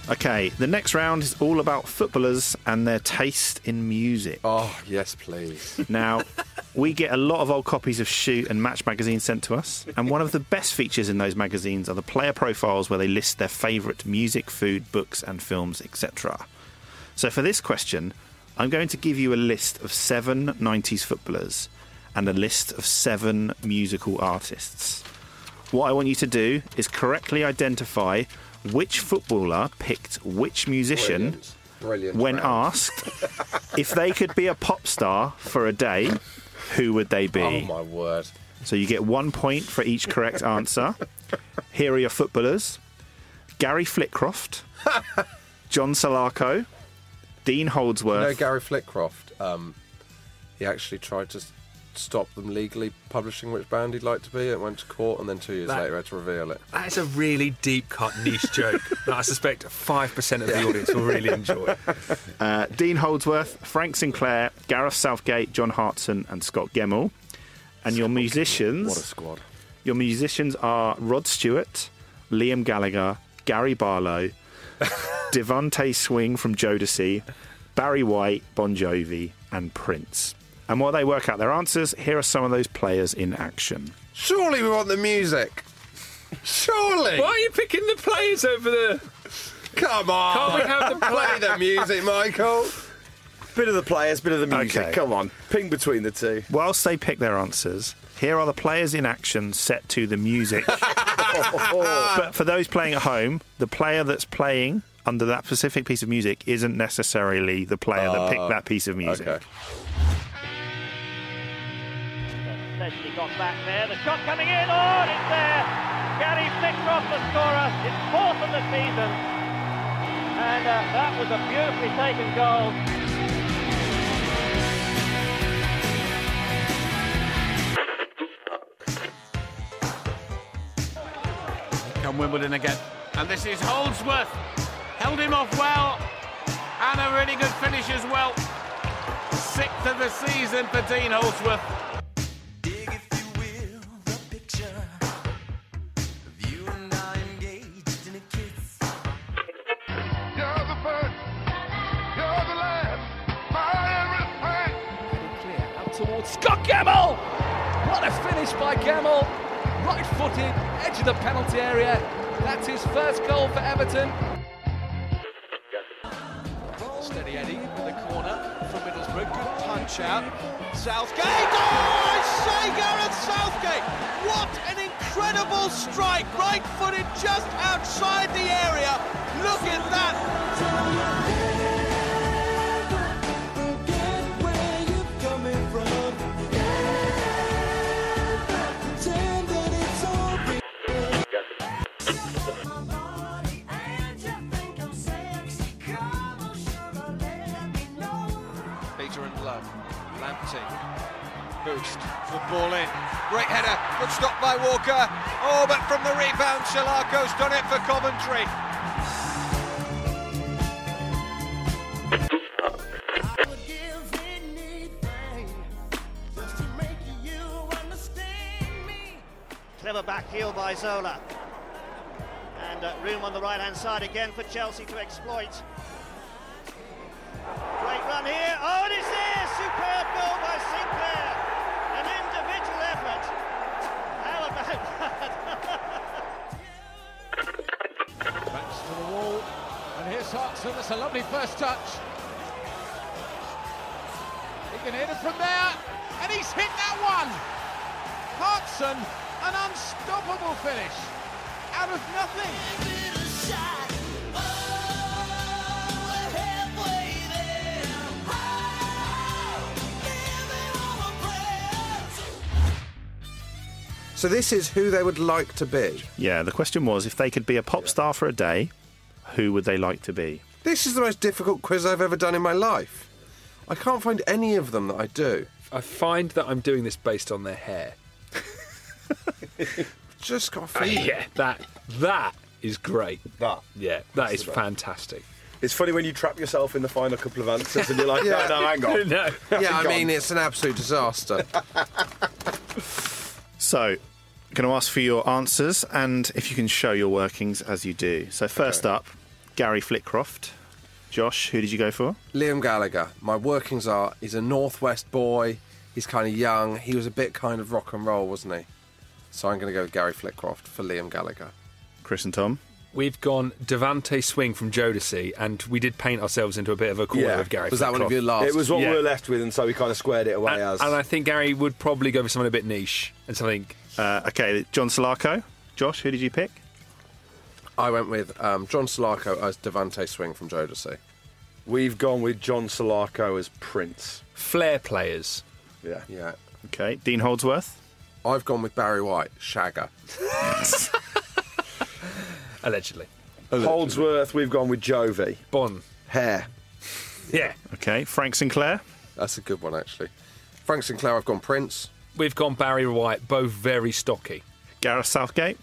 Okay, the next round is all about footballers and their taste in music.
Oh, yes, please.
Now, we get a lot of old copies of Shoot and Match magazine sent to us, and one of the best features in those magazines are the player profiles where they list their favourite music, food, books, and films, etc. So, for this question, I'm going to give you a list of seven 90s footballers and a list of seven musical artists. What I want you to do is correctly identify which footballer picked which musician
Brilliant.
when
round.
asked if they could be a pop star for a day, who would they be?
Oh, my word.
So you get one point for each correct answer. Here are your footballers Gary Flitcroft, John Salako, Dean
No,
Holdsworth.
Gary Flitcroft. Um, he actually tried to s- stop them legally publishing which band he'd like to be. It went to court, and then two years
That-
later had to reveal it.
That is a really deep cut niche joke that I suspect 5% of the audience will really enjoy.
uh, Dean Holdsworth, Frank Sinclair, Gareth Southgate, John Hartson, and Scott Gemmell. And your musicians.
What a squad.
Your musicians are Rod Stewart, Liam Gallagher, Gary Barlow, Devante Swing from Jodeci, Barry White, Bon Jovi, and Prince. And while they work out their answers, here are some of those players in action.
Surely we want the music. Surely.
Why are you picking the players over the.
Come on.
Can't we have the
play the music, Michael?
Bit of the players, bit of the music.
Okay.
Come on. Ping between the two.
Whilst they pick their answers, here are the players in action set to the music. but for those playing at home, the player that's playing under that specific piece of music isn't necessarily the player that
Oh,
picked that piece of music.
okay.
Essentially got back there. The shot coming in. Oh, and it's there. Gary Flitcroft, the scorer. It's fourth of the season. And uh, that was a beautifully taken goal.
Come Wimbledon again. And this is Holdsworth. Held him off well. And a really good finish as well. Sixth of the season for Dean Holdsworth.
clear out towards Scott Gemmell. What a finish by Gemmell. Right footed, edge of the penalty area. That's his first goal for Everton. Steady Eddie in the corner from Middlesbrough. Good punch out. Southgate. Oh, I say, Gareth Southgate. What an incredible strike. Right footed just outside the area. Look at that.
Peter and Love. Lamptey. Boost. Football in. Great header. Good stop by Walker. Oh, but from the rebound, Shalako's done it for Coventry.
heel by Zola. And uh, room on the right hand side again for Chelsea to exploit. Great run here. Oh, and it's there! Superb goal by Sinclair. An individual effort. How about that?
Backs to the wall. And here's Hartson. That's a lovely first touch. He can hit it from there. And he's hit that one. Hartson, an unstoppable finish. Out of nothing.
So this is who they would like to be.
Yeah, the question was if they could be a pop star for a day, who would they like to be?
This is the most difficult quiz I've ever done in my life. I can't find any of them that I do.
I find that I'm doing this based on their hair.
Just got a
Oh,
feeling.
yeah, that that is great.
That
yeah, that
That's
is
the one.
fantastic.
It's funny when you trap yourself in the final couple of answers and you're like, no, no, hang on.
No.
Yeah, I
Gone.
mean it's an absolute disaster.
So, going to ask for your answers and if you can show your workings as you do. So, first up, Gary Flitcroft. Josh, who did you go for?
Liam Gallagher, my workings are he's a northwest boy. He's kind of young. He was a bit kind of rock and roll, wasn't he? So I'm going to go with Gary Flitcroft for Liam Gallagher.
Chris and Tom.
We've gone Devante Swing from Jodeci, and we did paint ourselves into a bit of a corner of Gary.
Was that one of
Flitcroft.
your last? It was what
Yeah.
we were left with, and so we kind of squared it away
And,
as.
and I think Gary would probably go for something a bit niche and something.
Uh, okay, John Solarco. Josh, who did you pick?
I went with um, John Solarco as Devante Swing from Jodeci.
We've gone with John Solarco as Prince.
Flair players.
Yeah.
Yeah.
Okay, Dean Holdsworth.
I've gone with Barry White, Shagger.
Allegedly.
Holdsworth, we've gone with Jovi.
Bon.
Hair.
Yeah.
Okay, Frank Sinclair.
That's a good one, actually. Frank Sinclair, I've gone Prince.
We've gone Barry White, both very stocky.
Gareth Southgate.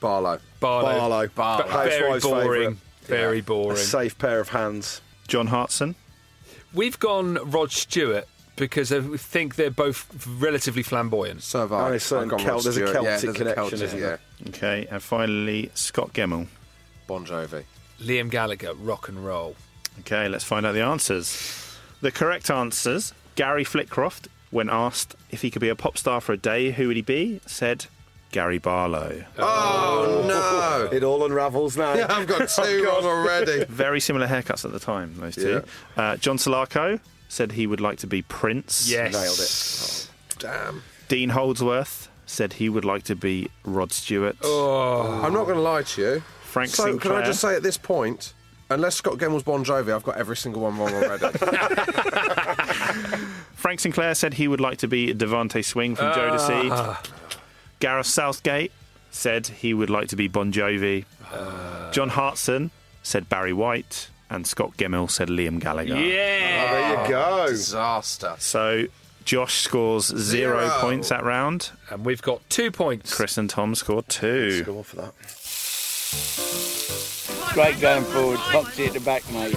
Barlow.
Barlow.
Barlow.
But Very
Housewife's
boring.
favourite.
Very boring.
A safe pair of hands.
John Hartson.
We've gone Rod Stewart because I think they're both relatively flamboyant.
So have
And
I.
a certain
I've gone
Celt-
Rod
there's a
Stewart.
Celtic
yeah, there's
connection,
a Celtic,
isn't
yeah.
there?
Okay, and finally, Scott Gemmell.
Bon Jovi.
Liam Gallagher, rock and roll.
Okay, let's find out the answers. The correct answers Gary Flitcroft, when asked if he could be a pop star for a day, who would he be? said Gary Barlow.
Oh,
It all unravels now.
no. I've
oh,
got two on already.
Very similar haircuts at the time, those two. Uh, John Solarco said he would like to be Prince.
Yes.
Nailed
it.
Damn.
Dean Holdsworth said he would like to be Rod Stewart.
I'm not going to lie to you.
Oh. Frank
Oh, so, can
Sinclair.
I just say at this point, unless Scott Gemmell's Bon Jovi, I've got every single one wrong already.
Frank Sinclair said he would like to be Devante Swing from Jodeci. Gareth Southgate said he would like to be Bon Jovi. John Hartson said Barry White. And Scott Gemmell said Liam Gallagher.
Yeah.
There you go.
Disaster.
So Josh scores zero,
Zero.
points that round.
And we've got two points.
Chris and Tom score two.
Go on for that.
Great going forward, box it at the back, mate.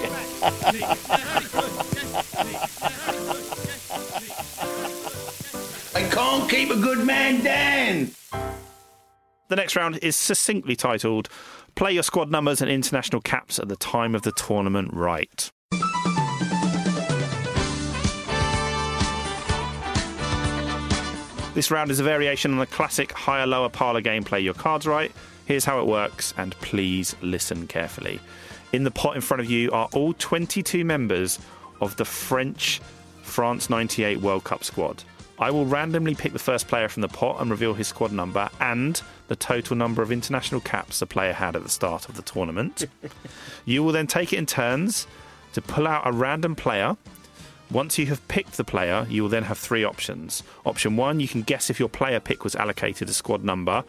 I can't keep a good man down.
The next round is succinctly titled Play Your Squad Numbers and International Caps at the Time of the Tournament Right. This round is a variation on the classic higher lower parlour game Play Your Cards Right. Here's how it works, and please listen carefully. In the pot in front of you are all 22 members of the French France 98 World Cup squad. I will randomly pick the first player from the pot and reveal his squad number and the total number of international caps the player had at the start of the tournament. you will then take it in turns to pull out a random player once you have picked the player, you will then have three options. Option one, you can guess if your player pick was allocated a squad number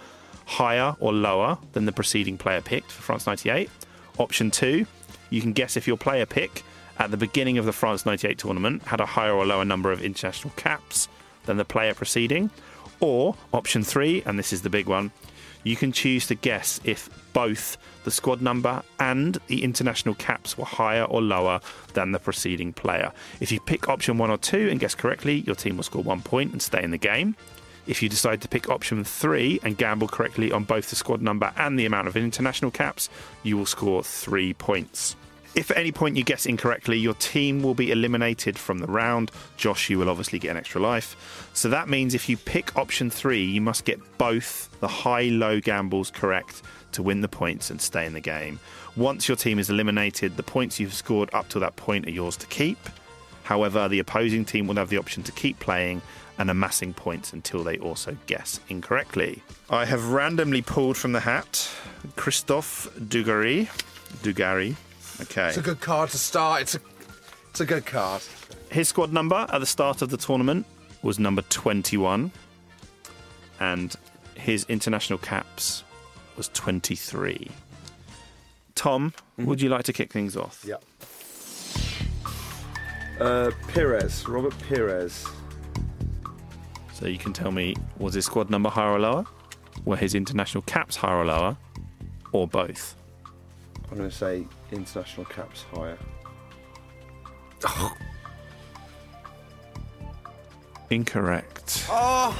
higher or lower than the preceding player picked for France 98. Option two, you can guess if your player pick at the beginning of the France 98 tournament had a higher or lower number of international caps than the player preceding. Or option three, and this is the big one, you can choose to guess if both the squad number and the international caps were higher or lower than the preceding player. If you pick option one or two and guess correctly, your team will score one point and stay in the game. If you decide to pick option three and gamble correctly on both the squad number and the amount of international caps, you will score three points. If at any point you guess incorrectly, your team will be eliminated from the round. Josh, you will obviously get an extra life. So that means if you pick option three, you must get both the high low gambles correct to win the points and stay in the game. Once your team is eliminated, the points you've scored up to that point are yours to keep. However, the opposing team will have the option to keep playing and amassing points until they also guess incorrectly. I have randomly pulled from the hat Christophe Dugarry. Dugarry. Okay.
It's a good card to start. It's a, it's a good card.
His squad number at the start of the tournament was number 21, and his international caps was 23. Tom,
Mm-hmm.
would you like to kick things off?
Yeah. Uh, Pires, Robert Pires.
So you can tell me was his squad number higher or lower? Were his international caps higher or lower? Or both?
I'm going to say international caps higher.
Incorrect.
Oh!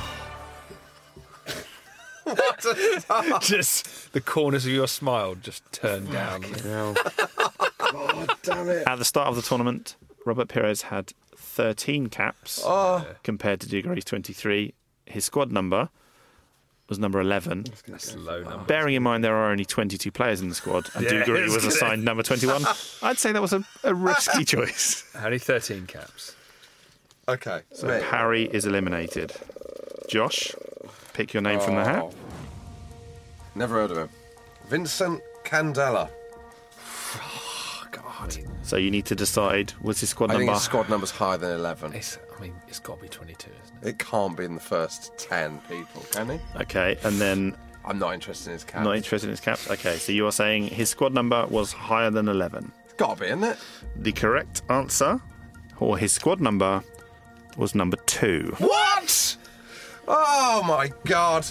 what a start.
just the corners of your smile just turned down.
God damn it.
At the start of the tournament, Robert Pires had 13 caps
Oh.
compared to Dugary's 23. His squad number was number 11.
That's a low number.
Bearing in mind there are only 22 players in the squad, and
Yeah,
Dugary
it's
was
gonna-
assigned number 21, I'd say that was a, a risky choice.
Only 13 caps.
Okay.
So Parry is eliminated. Josh, pick your name from the hat.
Never heard of him. Vincent Candela. God.
So you need to decide was his squad
I think
number
his squad number's higher than 11.
It's, I mean, it's got to be 22, isn't it?
It can't be in the first 10 people, can it?
Okay, and then
I'm not interested in his cap.
not interested in his caps. Okay, so you are saying his squad number was higher than 11.
It's got to be, isn't it?
The correct answer, or his squad number, was number two.
What? Oh my god.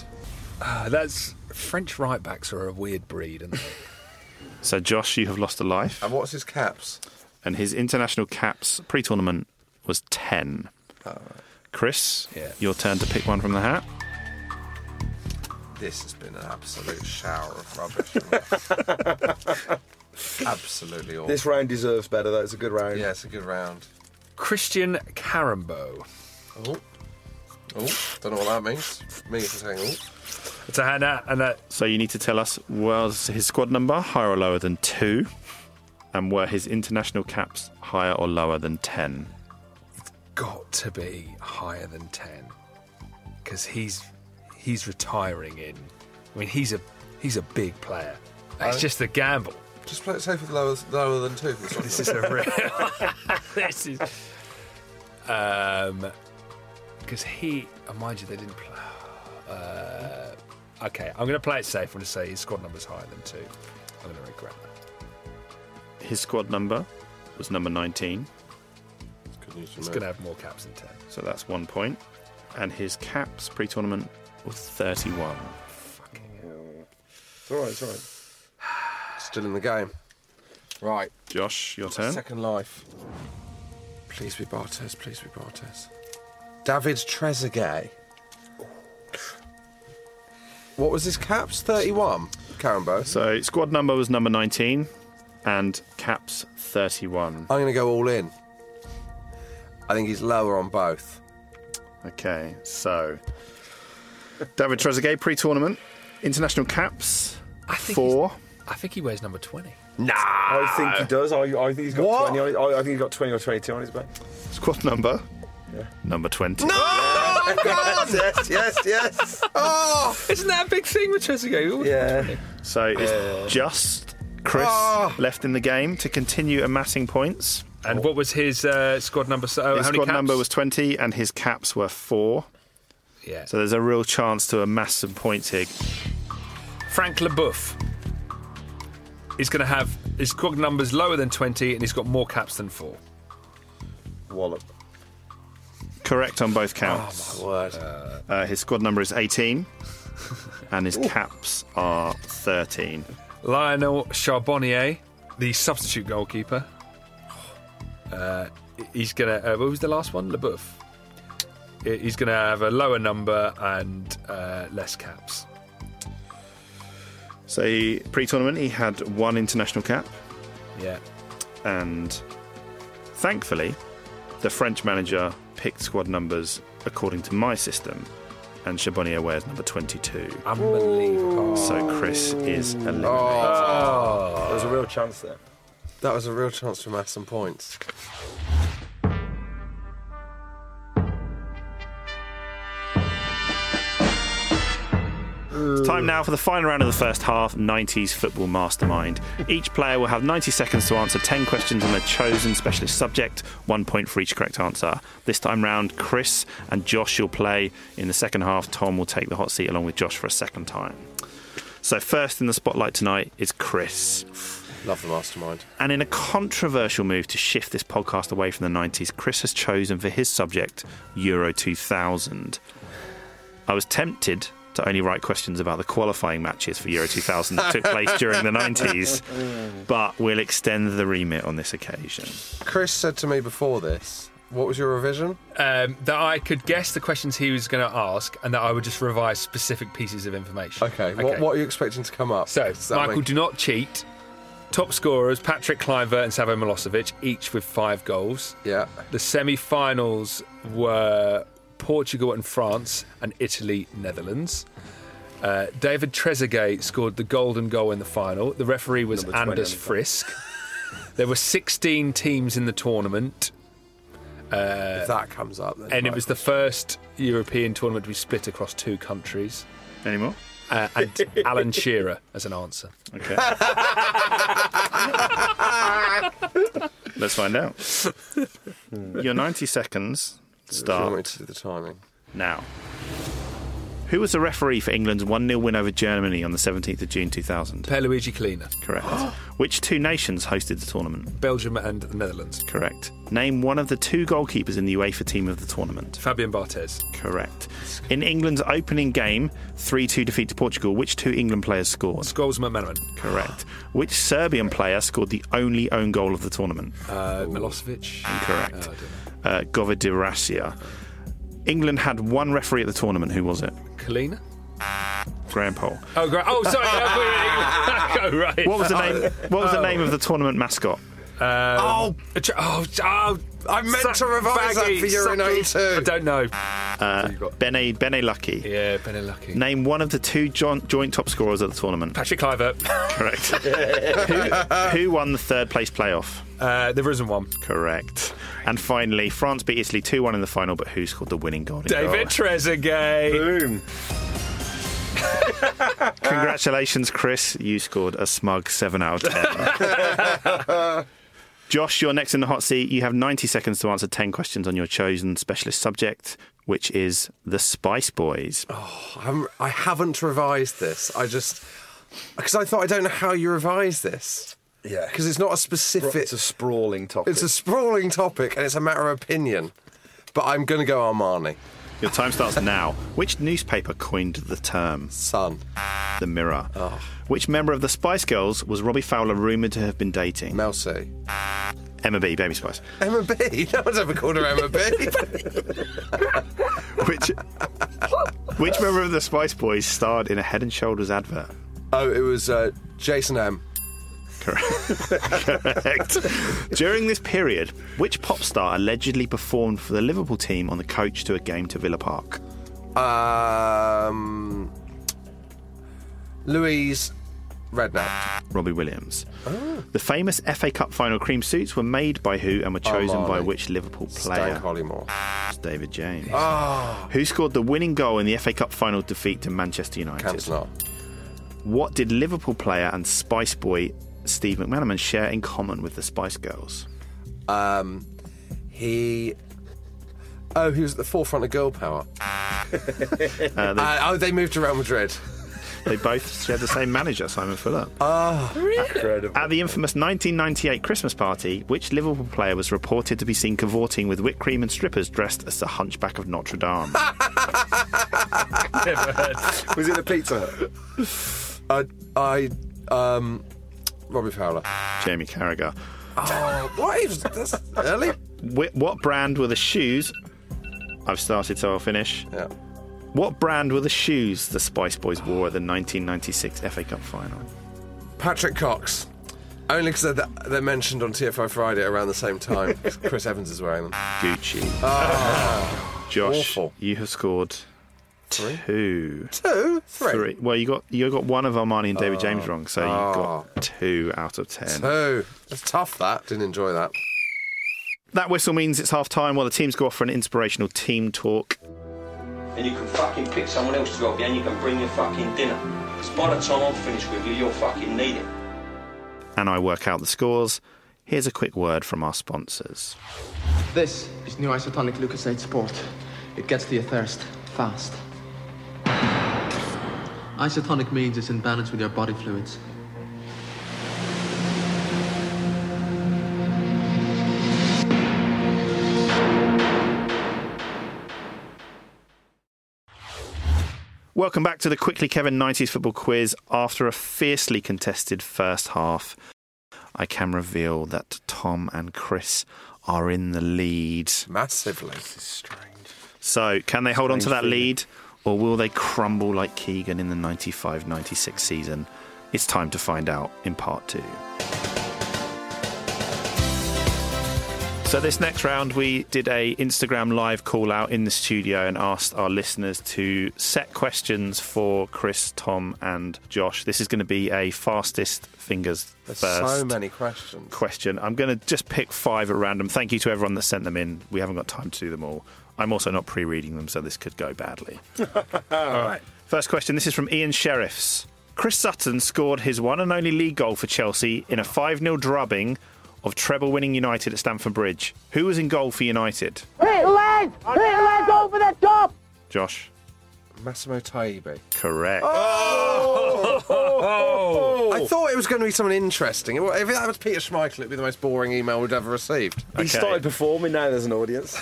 Ah, that's French right backs are a weird breed, and
So Josh, you have lost a life,
And what's his caps?
and his international caps pre-tournament was ten. Chris,
Yeah.
your turn to pick one from the hat.
This has been an absolute shower of rubbish. Absolutely awful.
This round deserves better. That's a good round.
Yeah, it's a good round.
Christian Carambo.
Oh. Oh, don't know what that means. Me saying, oh.
It's a hand out, and that
So you need to tell us was his squad number higher or lower than two, and were his international caps higher or lower than ten?
got to be higher than 10 because he's he's retiring in i mean he's a he's a big player it's
I-
just a gamble
Just play it safe with lower, lower than two. For
this is a real this is um because he oh, mind you they didn't play uh, okay i'm gonna play it safe i'm gonna say his squad number's higher than two i'm gonna regret that
His squad number was number 19,
he's gonna have more caps than 10
so that's one point. And his caps pre tournament was 31.
It's all right. It's all right.
Still in the game. Right.
Josh, your turn.
Second life. Please be Bartes. Please be Bartes. David Trezeguet. What was his caps? 31. Carambo.
So squad number was number 19 and caps 31.
I'm going to go all in. I think he's lower on both.
Okay, so David Trezeguet pre tournament, international caps
I think
four.
i think he wears number 20
I think he does. I, I think he's got
What?
20. On, I, I think he's got 20 or 22 on his back.
Squad number number 20.
Oh, God!
yes, yes, yes.
Oh!
isn't that a big thing with Trezeguet?
Yeah.
So it's just Chris
Ah.
left in the game to continue amassing points.
and what was his uh, squad number so
His
how many
squad
caps?
number was 20 and his caps were four.
yeah
So there's a real chance to amass some points here.
Frank LeBouf is going to have his squad numbers lower than 20 and he's got more caps than four.
Wallop.
Correct on both counts.
Oh, word.
Uh, his squad number is 18 and his caps are 13.
Lionel Charbonnier, the substitute goalkeeper. Uh, he's going to. Uh, what was the last one? LeBouf. I- He's going to have a lower number and uh, less caps.
So pre-tournament, he had one international cap,
Yeah.
and thankfully, the French manager picked squad numbers according to my system, and Chabonnier wears number 22.
Unbelievable.
So Chris is eliminated.
Oh, there was a real chance there. That was a real chance to amass some points.
It's time now for the final round of the first half 90s football mastermind. Each player will have 90 seconds to answer 10 questions on their chosen specialist subject, one point for each correct answer. This time round, Chris and Josh will play. In the second half, Tom will take the hot seat along with Josh for a second time. So, first in the spotlight tonight is Chris.
Love the mastermind.
And in a controversial move to shift this podcast away from the 90s, Chris has chosen for his subject Euro 2000. I was tempted to only write questions about the qualifying matches for Euro 2000 that took place during the 90s, but we'll extend the remit on this occasion.
Chris said to me before this, what was your revision?
Um, that I could guess the questions he was going to ask and that I would just revise specific pieces of information.
Okay, What, what are you expecting to come up? So,
Michael, do not cheat. Top scorers Patrick Kluivert and Savo Milosevic, each with five goals.
Yeah.
The semi finals were Portugal and France and Italy, Netherlands. Uh, David Trezeguet scored the golden goal in the final. The referee was
Number 20
Anders
on the
Frisk. there were 16 teams in the tournament. Uh,
If that comes up, then
and it
right.
was the first European tournament to be split across two countries.
Anymore?
Uh, and Alan Shearer as an answer.
Okay. Let's find out. Your 90 seconds start.
want me to do the timing?
Now. Who was the referee for England's 1 0 win over Germany on the 17th of June 2000?
Pierluigi Cleaner.
Correct. Which two nations hosted the tournament?
Belgium and the Netherlands.
Correct. Name one of the two goalkeepers in the UEFA team of the tournament.
Fabian Barthez.
Correct. In England's opening game, 3 2 defeat to Portugal, which two England players scored?
Scholes and McManaman.
Correct. Which Serbian player scored the only own goal of the tournament?
Uh, Milosevic.
Incorrect.
Oh,
Uh, Govediracia. England had one referee at the tournament. Who was it?
Kalina?
Graham Pole.
Oh, great. Oh, sorry. I put it in- oh, right.
What was the name? What was the name of the tournament mascot?
Um, oh, tr- oh, oh,
I meant to revise that for Euro 92.
I don't know.
Uh, Bene Bene Lucky.
Yeah, Bene Lucky.
Name one of the two joint, joint top scorers at the tournament.
Patrick Kluivert.
Correct. who, who won the third place playoff?
Uh, there isn't one.
Correct. And finally, France beat Italy 2 1 in the final, but who scored the winning goal?
David Trezeguet.
Boom. Congratulations, Chris. You scored a smug 7 out of 10. Josh, you're next in the hot seat. You have 90 seconds to answer 10 questions on your chosen specialist subject, which is the Spice Boys.
Oh.
I'm, I haven't revised this. I just because I thought I don't know how you revise this. Yeah, because it's not a specific. It's a
sprawling topic.
It's a sprawling topic, and it's a matter of opinion. But I'm going to go Armani.
Your time starts now. Which newspaper coined the term?
Sun.
The Mirror. Which member of the Spice Girls was Robbie Fowler rumoured to have been dating?
Mel C.
Emma B, Baby Spice.
Emma B. No one's ever called her Emma B.
Which Which member of the Spice Boys starred in a Head and Shoulders advert?
oh, it was uh, Jason M.
Correct. During this period, which pop star allegedly performed for the Liverpool team on the coach to a game to Villa Park?
Um, Louise Redknapp.
Robbie Williams. The famous FA Cup final cream suits were made by who and were chosen by
Armani.
which Liverpool
Stan
player?
Collymore.
It's David James.
Ah.
Who scored the winning goal in the FA Cup final defeat to Manchester United?
Cantona.
What did Liverpool player and Spice Boy Steve McManaman share in common with the Spice Girls?
Um, he. Oh, he was at the forefront of girl power.
Uh, they,
Uh, oh, they moved to Real Madrid.
they both shared the same manager, Simon Fuller.
Ah,
Incredible. At the infamous 1998 Christmas party, which Liverpool player was reported to be seen cavorting with whipped cream and strippers dressed as the Hunchback of Notre Dame?
Was it the pizza? Hut?
I, I, um, Robbie Fowler.
Jamie Carragher.
Oh, what? He was- That's early.
Wh- what brand were the shoes I've started, so I'll finish.
Yeah.
What brand were the shoes the Spice Boys wore at the 1996 FA Cup final?
Patrick Cox. Only because they're, they're mentioned on TFI Friday around the same time. 'cause Chris Evans is wearing them.
Gucci.
Oh.
Josh, you have scored two.
Two? Three.
Well, you got you got one of Armani and David
Oh.
James wrong, so you got two out of ten.
Ah. Two. That's tough, that. Didn't enjoy that.
That whistle means it's half time while the teams go off for an inspirational team talk.
and you can fucking pick someone else to go with you and you can bring your fucking dinner. Because by the time I'm finished with you, you'll fucking need it.
And I work out the scores. Here's a quick word from our sponsors.
This is new isotonic leukocyte support. It gets to your thirst fast. Isotonic means it's in balance with your body fluids.
Welcome back to the Quickly Kevin 90s football quiz. After a fiercely contested first half, I can reveal that Tom and Chris are in the lead.
Massively.
So, can they hold on to
Strange
that
feeling.
lead or will they crumble like Keegan in the 95 96 season? It's time to find out in part two. So this next round we did a Instagram live call out in the studio and asked our listeners to set questions for Chris, Tom and Josh. This is going to be a fastest fingers
There's
first
so many questions.
question. I'm going to just pick five at random. Thank you to everyone that sent them in. We haven't got time to do them all. I'm also not pre reading them, so this could go badly. all right. First question this is from Ian Sheriffs. Chris Sutton scored his one and only league goal for Chelsea in a 5 0 drubbing of treble winning United at Stamford Bridge. Who was in goal for United?
Hit leg! Hit leg over the top!
Josh.
Massimo Taibbi.
Correct.
I thought it was going to be someone interesting. If that was Peter Schmeichel, it'd be the most boring email we'd ever received.
He started performing, now there's an audience.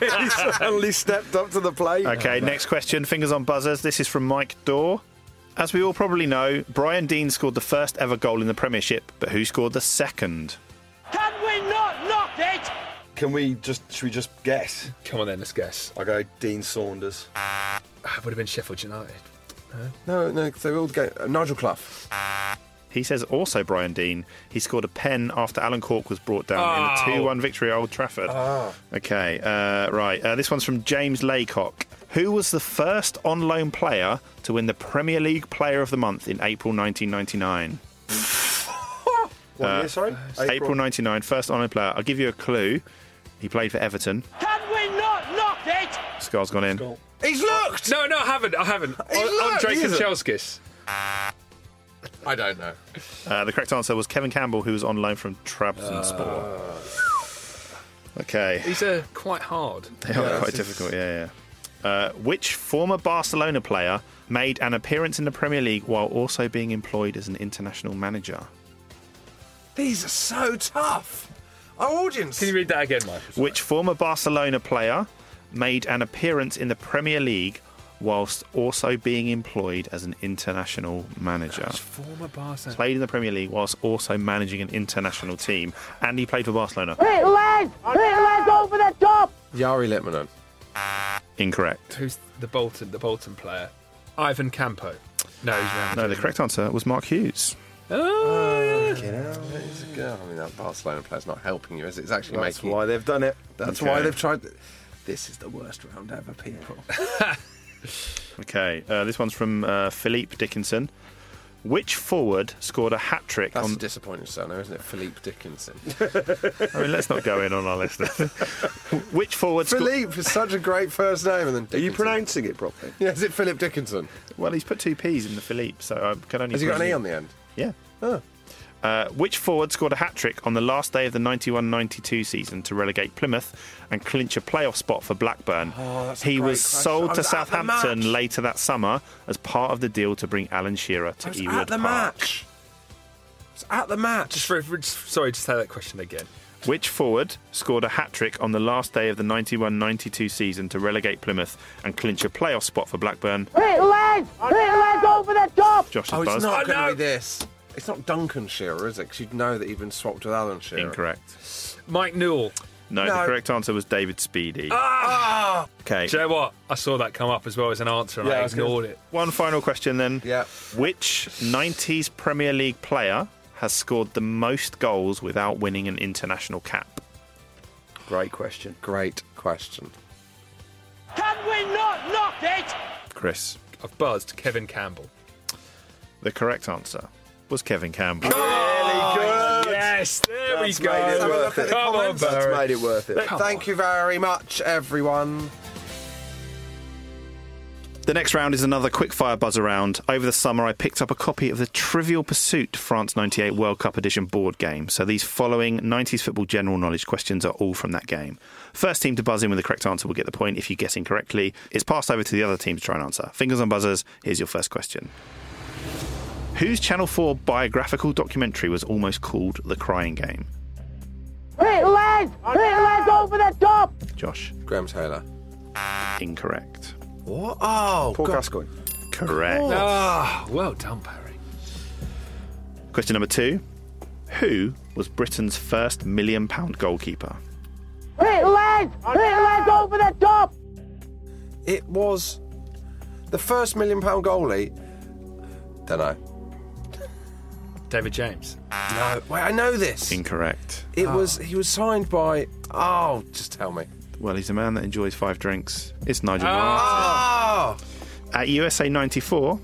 he suddenly stepped up to the plate.
Okay, next question. Fingers on buzzers. This is from Mike Dorr. As we all probably know, Brian Dean scored the first ever goal in the Premiership, but who scored the second?
Can we not knock it?
Can we just, should we just guess?
Come on then, let's guess.
I go Dean Saunders.
It would have been Sheffield United.
No, no, they were all go. Uh, Nigel Clough.
He says also Brian Dean. He scored a pen after Alan Cork was brought down
Oh.
in a 2 1 victory at Old Trafford.
Ah.
Okay, uh, right. Uh, this one's from James Laycock. Who was the first on loan player to win the Premier League Player of the Month in April 1999?
What
Uh,
year, sorry?
April. 99, first on loan player. I'll give you a clue. He played for Everton.
Can we not knock it?
Scar's gone in.
He's looked!
No, no, I haven't. I haven't.
He's looked!
Andre
He isn't.
Kanchelskis.
I don't know.
Uh, the correct answer was Kevin Campbell, who was on loan from Trabzonspor. okay.
These are quite hard.
They are quite difficult, yeah, yeah. Uh, which former Barcelona player made an appearance in the Premier League while also being employed as an international manager?
These are so tough. Our audience.
Can you read that again, Mike?
Which former Barcelona player made an appearance in the Premier League whilst also being employed as an international manager?
Former Barcelona.
Played in the Premier League whilst also managing an international team, and he played for Barcelona.
Hit leg! Hit leg over the top!
Yari Litmanen.
Incorrect.
Who's the Bolton? The Bolton player, Ivan Campo. No, he's round.
No, the correct answer was Mark Hughes.
Oh,
Fucking hell, that is a girl. I mean, that Barcelona player's not helping you, is it? It's actually
That's
making.
why they've done it.
That's
Okay.
why they've tried. This is the worst round ever, people.
Okay, uh, this one's from uh, Philippe Dickinson. Which forward scored a hat trick
That's
on
a disappointing surname, isn't it? Philippe Dickinson.
I mean, let's not go in on our list. Which forward? sco-
Philippe is such a great first name, and then Dickinson. Are you
pronouncing it properly?
Yeah, is it Philip Dickinson?
Well, he's put two P's in the Philippe, so I can only.
Has he got an E
presume-
on the end?
Yeah. Uh, which forward scored a hat trick on the last day of the 91 92 season to relegate Plymouth and clinch a playoff spot for Blackburn?
Oh, that's a
he
great
was
question.
sold
I
to
was at the match.
Southampton later that summer as part of the deal to bring Alan Shearer to
I was
Ewood
at the
Park.
match. I was at the match.
Just, for, for- just- sorry, just say that question again.
Which forward scored a hat trick on the last day of the 91 92 season to relegate Plymouth and clinch a playoff spot for Blackburn?
Hit leg! Hit leg over the top!
Josh has
Oh, it's
buzzed.
not going to be this. It's not Duncan Shearer, is it? Because you'd know that he'd been swapped with Alan Shearer.
Incorrect.
Mike Newell.
No, the correct answer was David Speedy.
Ah!
Okay.
Do you know what? I saw that come up as well as an answer and I ignored it.
One final question then. Yeah. Which 90s Premier League player has scored the most goals without winning an international cap?
Great question. Great question.
Can we not knock it?
Chris.
I've buzzed Kevin Campbell.
The correct answer was Kevin Campbell.
Really good.
Yes, there
That's
we go.
made
Have
it
a
worth
look at
it.
the
Come on,
comments.
Barry. That's made it worth it.
Look,
Come
Thank you very much, everyone.
The next round is another quickfire buzz around. Over the summer, I picked up a copy of the Trivial Pursuit France 98 World Cup Edition board game. So these following 90s football general knowledge questions are all from that game. First team to buzz in with the correct answer will get the point. If you guess incorrectly, it's passed over to the other team to try and answer. Fingers on buzzers, here's your first question. Whose Channel 4 biographical documentary was almost called The Crying Game?
Pit leg! Pit leg over the top!
Josh.
Graham Taylor.
Incorrect.
What? Oh, Paul Gascoigne.
Correct.
Ah, well done, Barry.
Question number two Who was Britain's first million pound goalkeeper?
Pit leg! Pit leg over the top!
It was the first million pound goalie. Don't know.
David James.
No, wait, I know this.
Incorrect.
It was he was signed by. Oh, just tell me.
Well, he's a man that enjoys five drinks. It's Nigel
Ah.
Martin. At USA 94,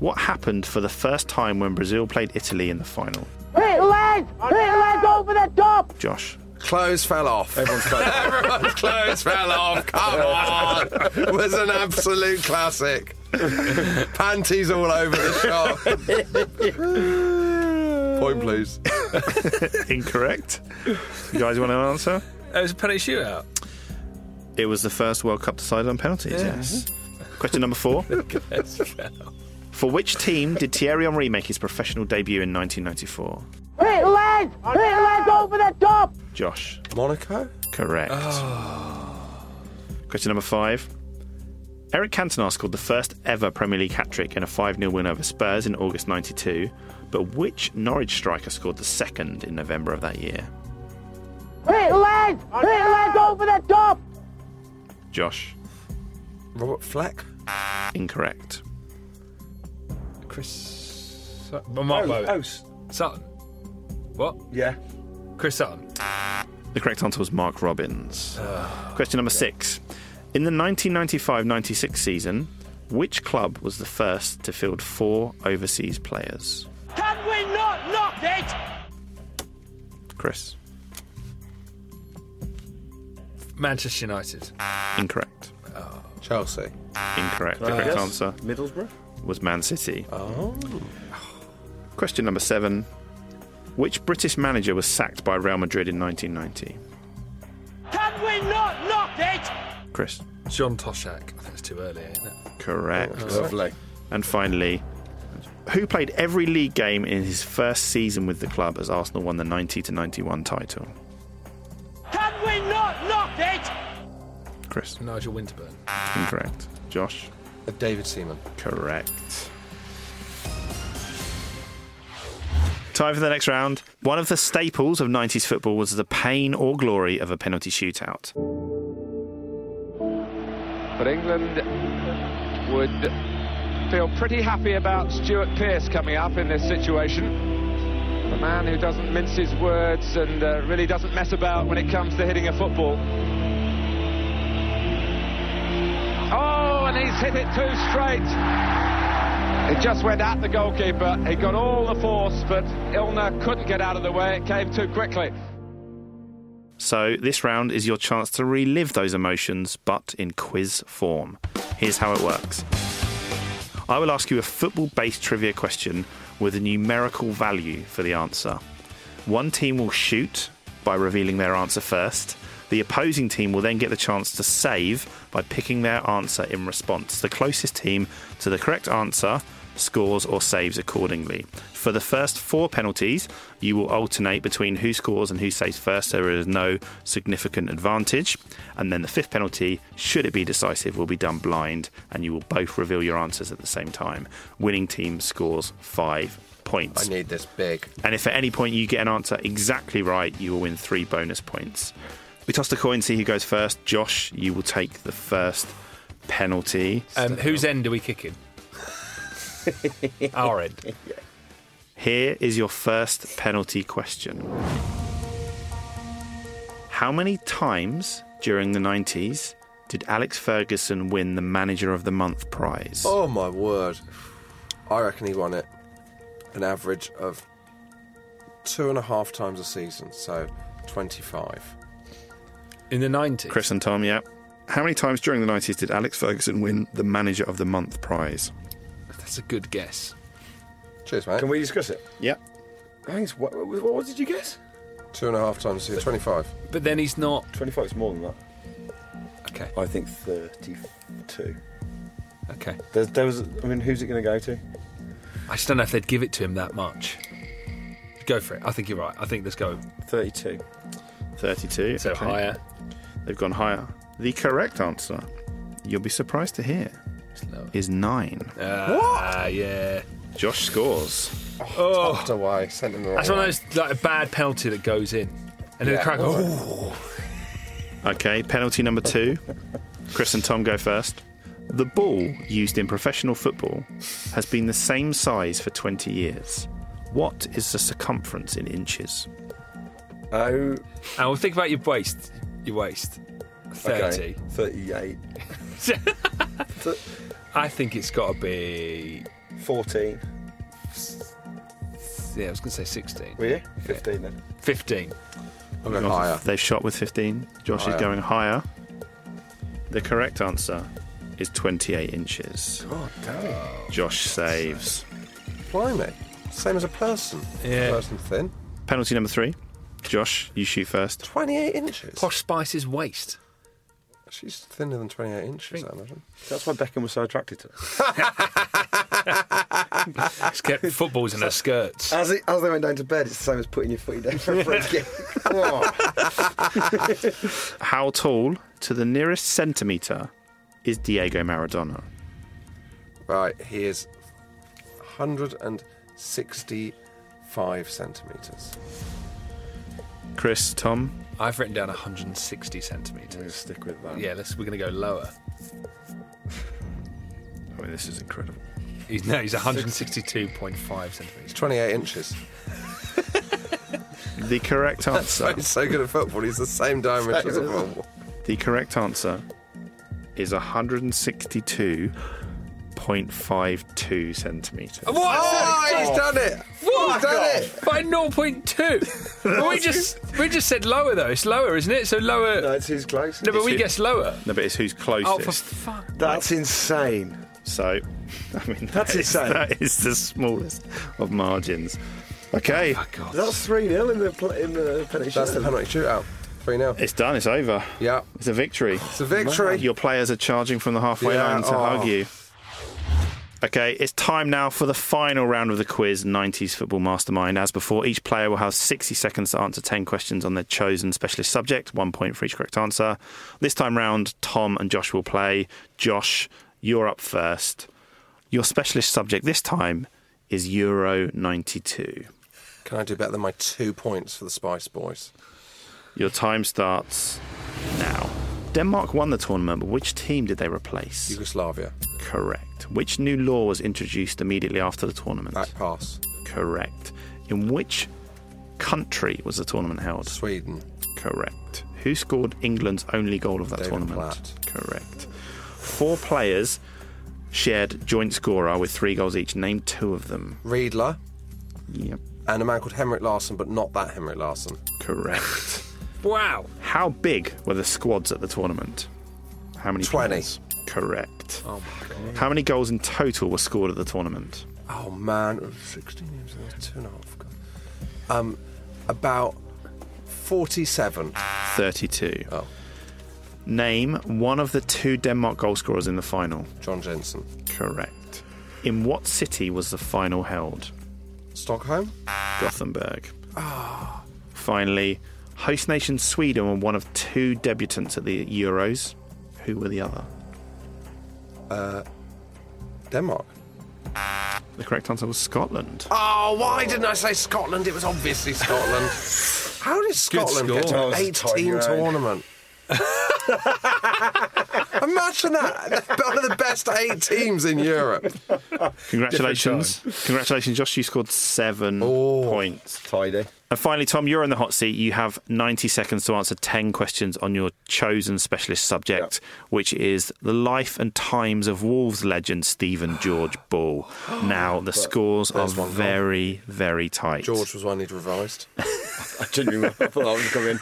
what happened for the first time when Brazil played Italy in the final?
Pit leg! Pit leg over the top!
Josh.
Clothes fell off. Everyone's clothes. Everyone's clothes fell off. Come on, was an absolute classic. Panties all over the shop. Point, please.
Incorrect. You guys want an answer?
It was a penalty shootout.
It was the first World Cup decided on penalties,
Yeah.
yes. Question number four. For which team did Thierry Henry make his professional debut in 1994?
Pit leg! Pit leg over the top!
Josh.
Monaco?
Correct. Ah. Question number five. Eric Cantona scored the first ever Premier League hat trick in a 5 0 win over Spurs in August 92. But which Norwich striker scored the second in November of that year?
Pit leg! Pit leg over the top!
Josh.
Robert Fleck?
Incorrect.
Chris. Sut-
Oh,
Mark Bowen. Sutton. What?
Yeah.
Chris Sutton.
The correct answer was Mark Robbins. Question number six. In the 1995 96 season, which club was the first to field four overseas players?
Can we not knock it?
Chris.
Manchester United.
Incorrect.
Chelsea.
Incorrect. The
Uh,
correct
yes. Oh.
answer
Middlesbrough?
was Man City. Question number seven. Which British manager was sacked by Real Madrid in 1990?
Can we not knock it?
Chris.
John Toshak. I think it's too early, isn't it?
Correct.
Oh, lovely.
And finally, who played every league game in his first season with the club as Arsenal won the 90 to 91 title?
Can we not knock it?
Chris.
Nigel Winterburn.
Incorrect. Josh.
David Seaman.
Correct. Time for the next round. One of the staples of 90s football was the pain or glory of a penalty shootout.
But England would feel pretty happy about Stuart Pearce coming up in this situation. A man who doesn't mince his words and uh, really doesn't mess about when it comes to hitting a football. Oh, and he's hit it too straight. It just went at the goalkeeper. He got all the force, but Ilner couldn't get out of the way. It came too quickly.
So, this round is your chance to relive those emotions, but in quiz form. Here's how it works I will ask you a football based trivia question with a numerical value for the answer. One team will shoot by revealing their answer first. The opposing team will then get the chance to save by picking their answer in response. The closest team to the correct answer scores or saves accordingly. For the first four penalties, you will alternate between who scores and who saves first. There is no significant advantage. And then the fifth penalty, should it be decisive, will be done blind and you will both reveal your answers at the same time. Winning team scores five points.
I need this big.
And if at any point you get an answer exactly right, you will win three bonus points. We toss the coin, see who goes first. Josh, you will take the first penalty.
Um, whose end are we kicking? Our end.
Here is your first penalty question. How many times during the 90s did Alex Ferguson win the Manager of the Month prize?
Oh my word. I reckon he won it an average of two and a half times a season, so 25.
In the 90s?
Chris and Tom, yeah. How many times during the 90s did Alex Ferguson win the Manager of the Month prize?
That's a good guess.
Cheers, mate.
Can we discuss it?
Yeah.
Thanks. What, what, what did you guess?
Two and a half times a season, 25.
But then he's not.
25 is more than that.
Okay.
I think 32.
Okay.
There's, there was, I mean, who's it going to go to?
I just don't know if they'd give it to him that much. Go for it. I think you're right. I think let's go.
32.
32.
So
okay.
higher.
They've gone higher. The correct answer, you'll be surprised to hear, is nine.
Ah, yeah.
Josh scores.
Oh.
Tucked away, sent him the
That's
wrong
one of
way.
those like a bad penalty that goes in, and then
Yeah,
the crowd
well,
go. "Oh."
Okay, penalty number two. Chris and Tom go first. The ball used in professional football has been the same size for 20 years. What is the circumference in inches?
Oh.
And we'll think about your waist. Your waist. Thirty.
Okay. 38.
I think it's got to be.
14.
Yeah, I was going to say sixteen.
Were you? 15 then.
15.
I'm going higher.
They've shot with 15. Josh
Higher.
is going higher. The correct answer is 28 inches.
God damn.
Josh saves.
Blimey. Same as a person.
Yeah.
Person thin.
Penalty number three. Josh, you shoot first.
28 inches.
Posh Spice's waist.
She's thinner than 28 inches, I imagine.
That's why Beckham was so attracted to her.
Just kept footballs in her skirts.
As, it, as they went down to bed, it's the same as putting your foot down for a friend game. Come on.
How tall to the nearest centimetre is Diego Maradona?
Right, he is 165 centimetres.
Chris, Tom,
I've written down 160 centimetres.
We'll stick with that.
Yeah, let's, we're going to go lower.
I mean, this is incredible.
He's, no, he's 162.5 centimetres.
28 inches.
The correct
That's why
answer.
he's so good at football. He's the same dimension as a football.
The correct answer is 162.52 centimetres.
What?
Oh, he's done it!
What?
He's done it!
By 0.2. Well, we just we just said lower though. It's lower, isn't it? So lower.
No,
No,
it's his close.
but we
who-
guess lower.
No, but it's who's
Oh, for
closest.
fuck.
That's insane.
so, I mean,
That's
that is,
insane.
that is the smallest of margins. Okay,
That's 3 0 in the, pl- in the penalty
That's the
shootout.
penalty shootout. 3 0.
it's done. It's over.
Yeah.
It's a victory.
It's a victory.
Your players are charging from the halfway
Yeah,
line to
oh.
hug you. Okay, it's time now for the final round of the quiz, 90s Football Mastermind. As before, each player will have 60 seconds to answer 10 questions on their chosen specialist subject, one point for each correct answer. This time round, Tom and Josh will play. Josh, you're up first. Your specialist subject this time is Euro 92.
Can I do better than my two points for the Spice Boys?
Your time starts now. Denmark won the tournament, but which team did they replace?
Yugoslavia.
Correct. Which new law was introduced immediately after the tournament?
Back pass.
Correct. In which country was the tournament held?
Sweden.
Correct. Who scored England's only goal of that
David
tournament?
Platt.
Correct. Four players shared joint scorer with three goals each. Name two of them.
Riedler.
Yep.
And a man called Henrik Larsson, but not that Henrik Larsson.
Correct.
Wow.
How big were the squads at the tournament? How many?
20.
players? Correct. Oh my god. How many goals in total were scored at the tournament?
Oh man, 16 years old, two and a half. God. Um, about 47.
32.
Oh.
Name one of the two Denmark goal scorers in the final.
John Jensen.
Correct. In what city was the final held?
Stockholm?
Gothenburg. Ah. Finally, host nation Sweden were one of two debutants at the Euros. Who were the other?
Denmark.
The correct answer was Scotland.
Oh, why didn't I say Scotland? It was obviously Scotland. How did Scotland get to an 18 tournament? Imagine that. They're One of the best eight teams in Europe.
Congratulations. Congratulations, Josh. You scored seven
Oh.
points.
Tidy.
And finally, Tom, you're in the hot seat. You have 90 seconds to answer 10 questions on your chosen specialist subject, which is the life and times of Wolves legend Stephen George Ball. Now, the
But
scores are
there's one goal.
very, very tight.
George was one he'd revised.
I genuinely thought I was coming.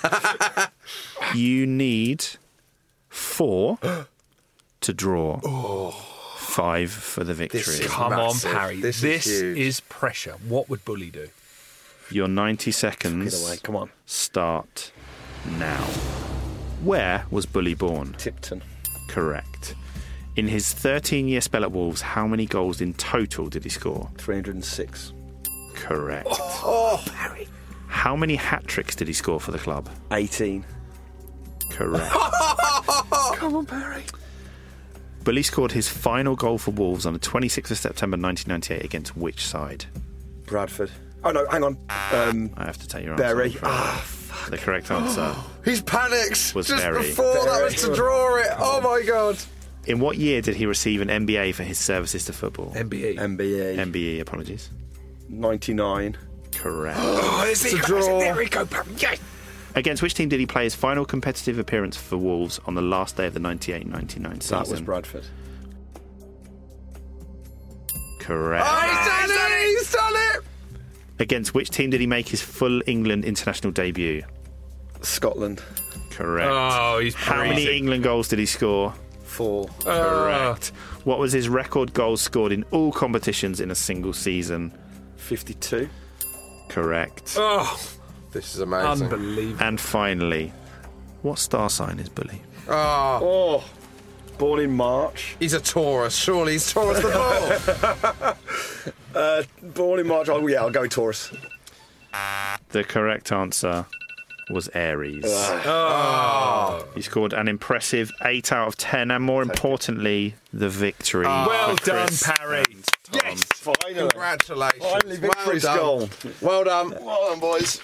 You need four to draw,
Oh.
five for the victory.
Come on, Parry. This, is, pressure. What would Bully do?
Your 90 seconds.
away,
Come on. Start now. Where was Bully born?
Tipton.
Correct. In his 13 year spell at Wolves, how many goals in total did he score?
306.
Correct.
Oh, Parry.
How many hat tricks did he score for the club?
18.
Correct.
Come on, Parry.
Bully scored his final goal for Wolves on the 26th of September 1998 against which side?
Bradford. Oh, no, hang on. Um, Ah,
I have to take your answer.
Berry.
I'm afraid. The correct answer.
He's panicked
Was
just
Berry.
before that was to draw it. Oh, my God.
In what year did he receive an MBA for his services to football?
MBE.
MBE.
MBE, apologies.
99.
Correct.
It's a draw.
Against which team did he play his final competitive appearance for Wolves on the last day of the 98 99 season?
That was Bradford.
Correct.
he's done it! He's done it!
Against which team did he make his full England international debut?
Scotland.
Correct.
Oh, he's
How many
praising.
England goals did he score?
Four.
Correct. What was his record goals scored in all competitions in a single season?
52.
Correct.
Oh,
this is amazing.
Unbelievable.
And finally, what star sign is Bully?
Oh.
Oh. Born in March.
He's a Taurus. Surely he's Taurus the ball.
Uh, born in March. Oh, yeah, I'll go Taurus.
The correct answer was Aries.
Oh.
He scored an impressive 8 out of 10, and more importantly, the victory.
Oh,
well
for
done,
Chris.
Parry.
Yes. Congratulations.
Finally, victory's
well done.
gone.
Well done.
Well done, boys.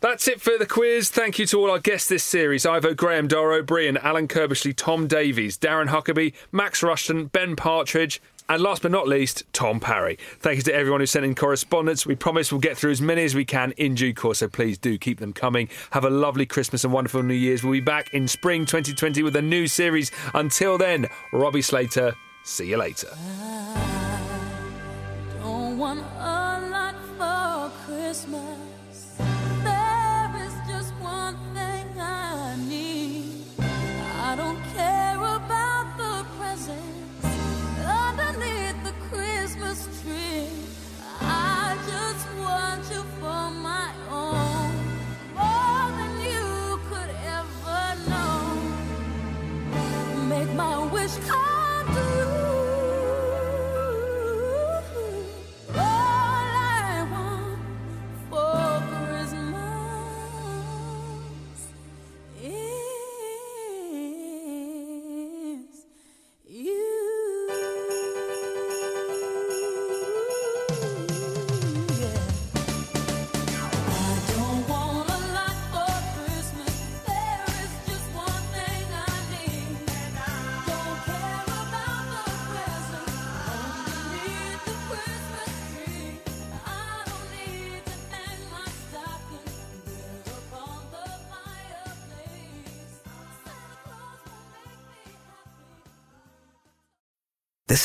That's it for the quiz. Thank you to all our guests this series Ivo Graham, Doro Brian, Alan Kirbishley, Tom Davies, Darren Huckabee, Max Rushton, Ben Partridge, and last but not least, Tom Parry. Thank you to everyone who sent in correspondence. We promise we'll get through as many as we can in due course, so please do keep them coming. Have a lovely Christmas and wonderful New Year's. We'll be back in spring 2020 with a new series. Until then, Robbie Slater, see you later.
Don't want a lot Oh, for Christmas. There is just one thing I need. I don't care about the presents underneath the Christmas tree. I just want you for my own, more than you could ever know. Make my wish come true. All I want for Christmas is you. Yeah. I don't want a lot for Christmas. There is just one thing I need. Don't care about the presents underneath the Christmas tree. I don't need to hang my stocking there upon the fireplace. Santa Claus will make me
This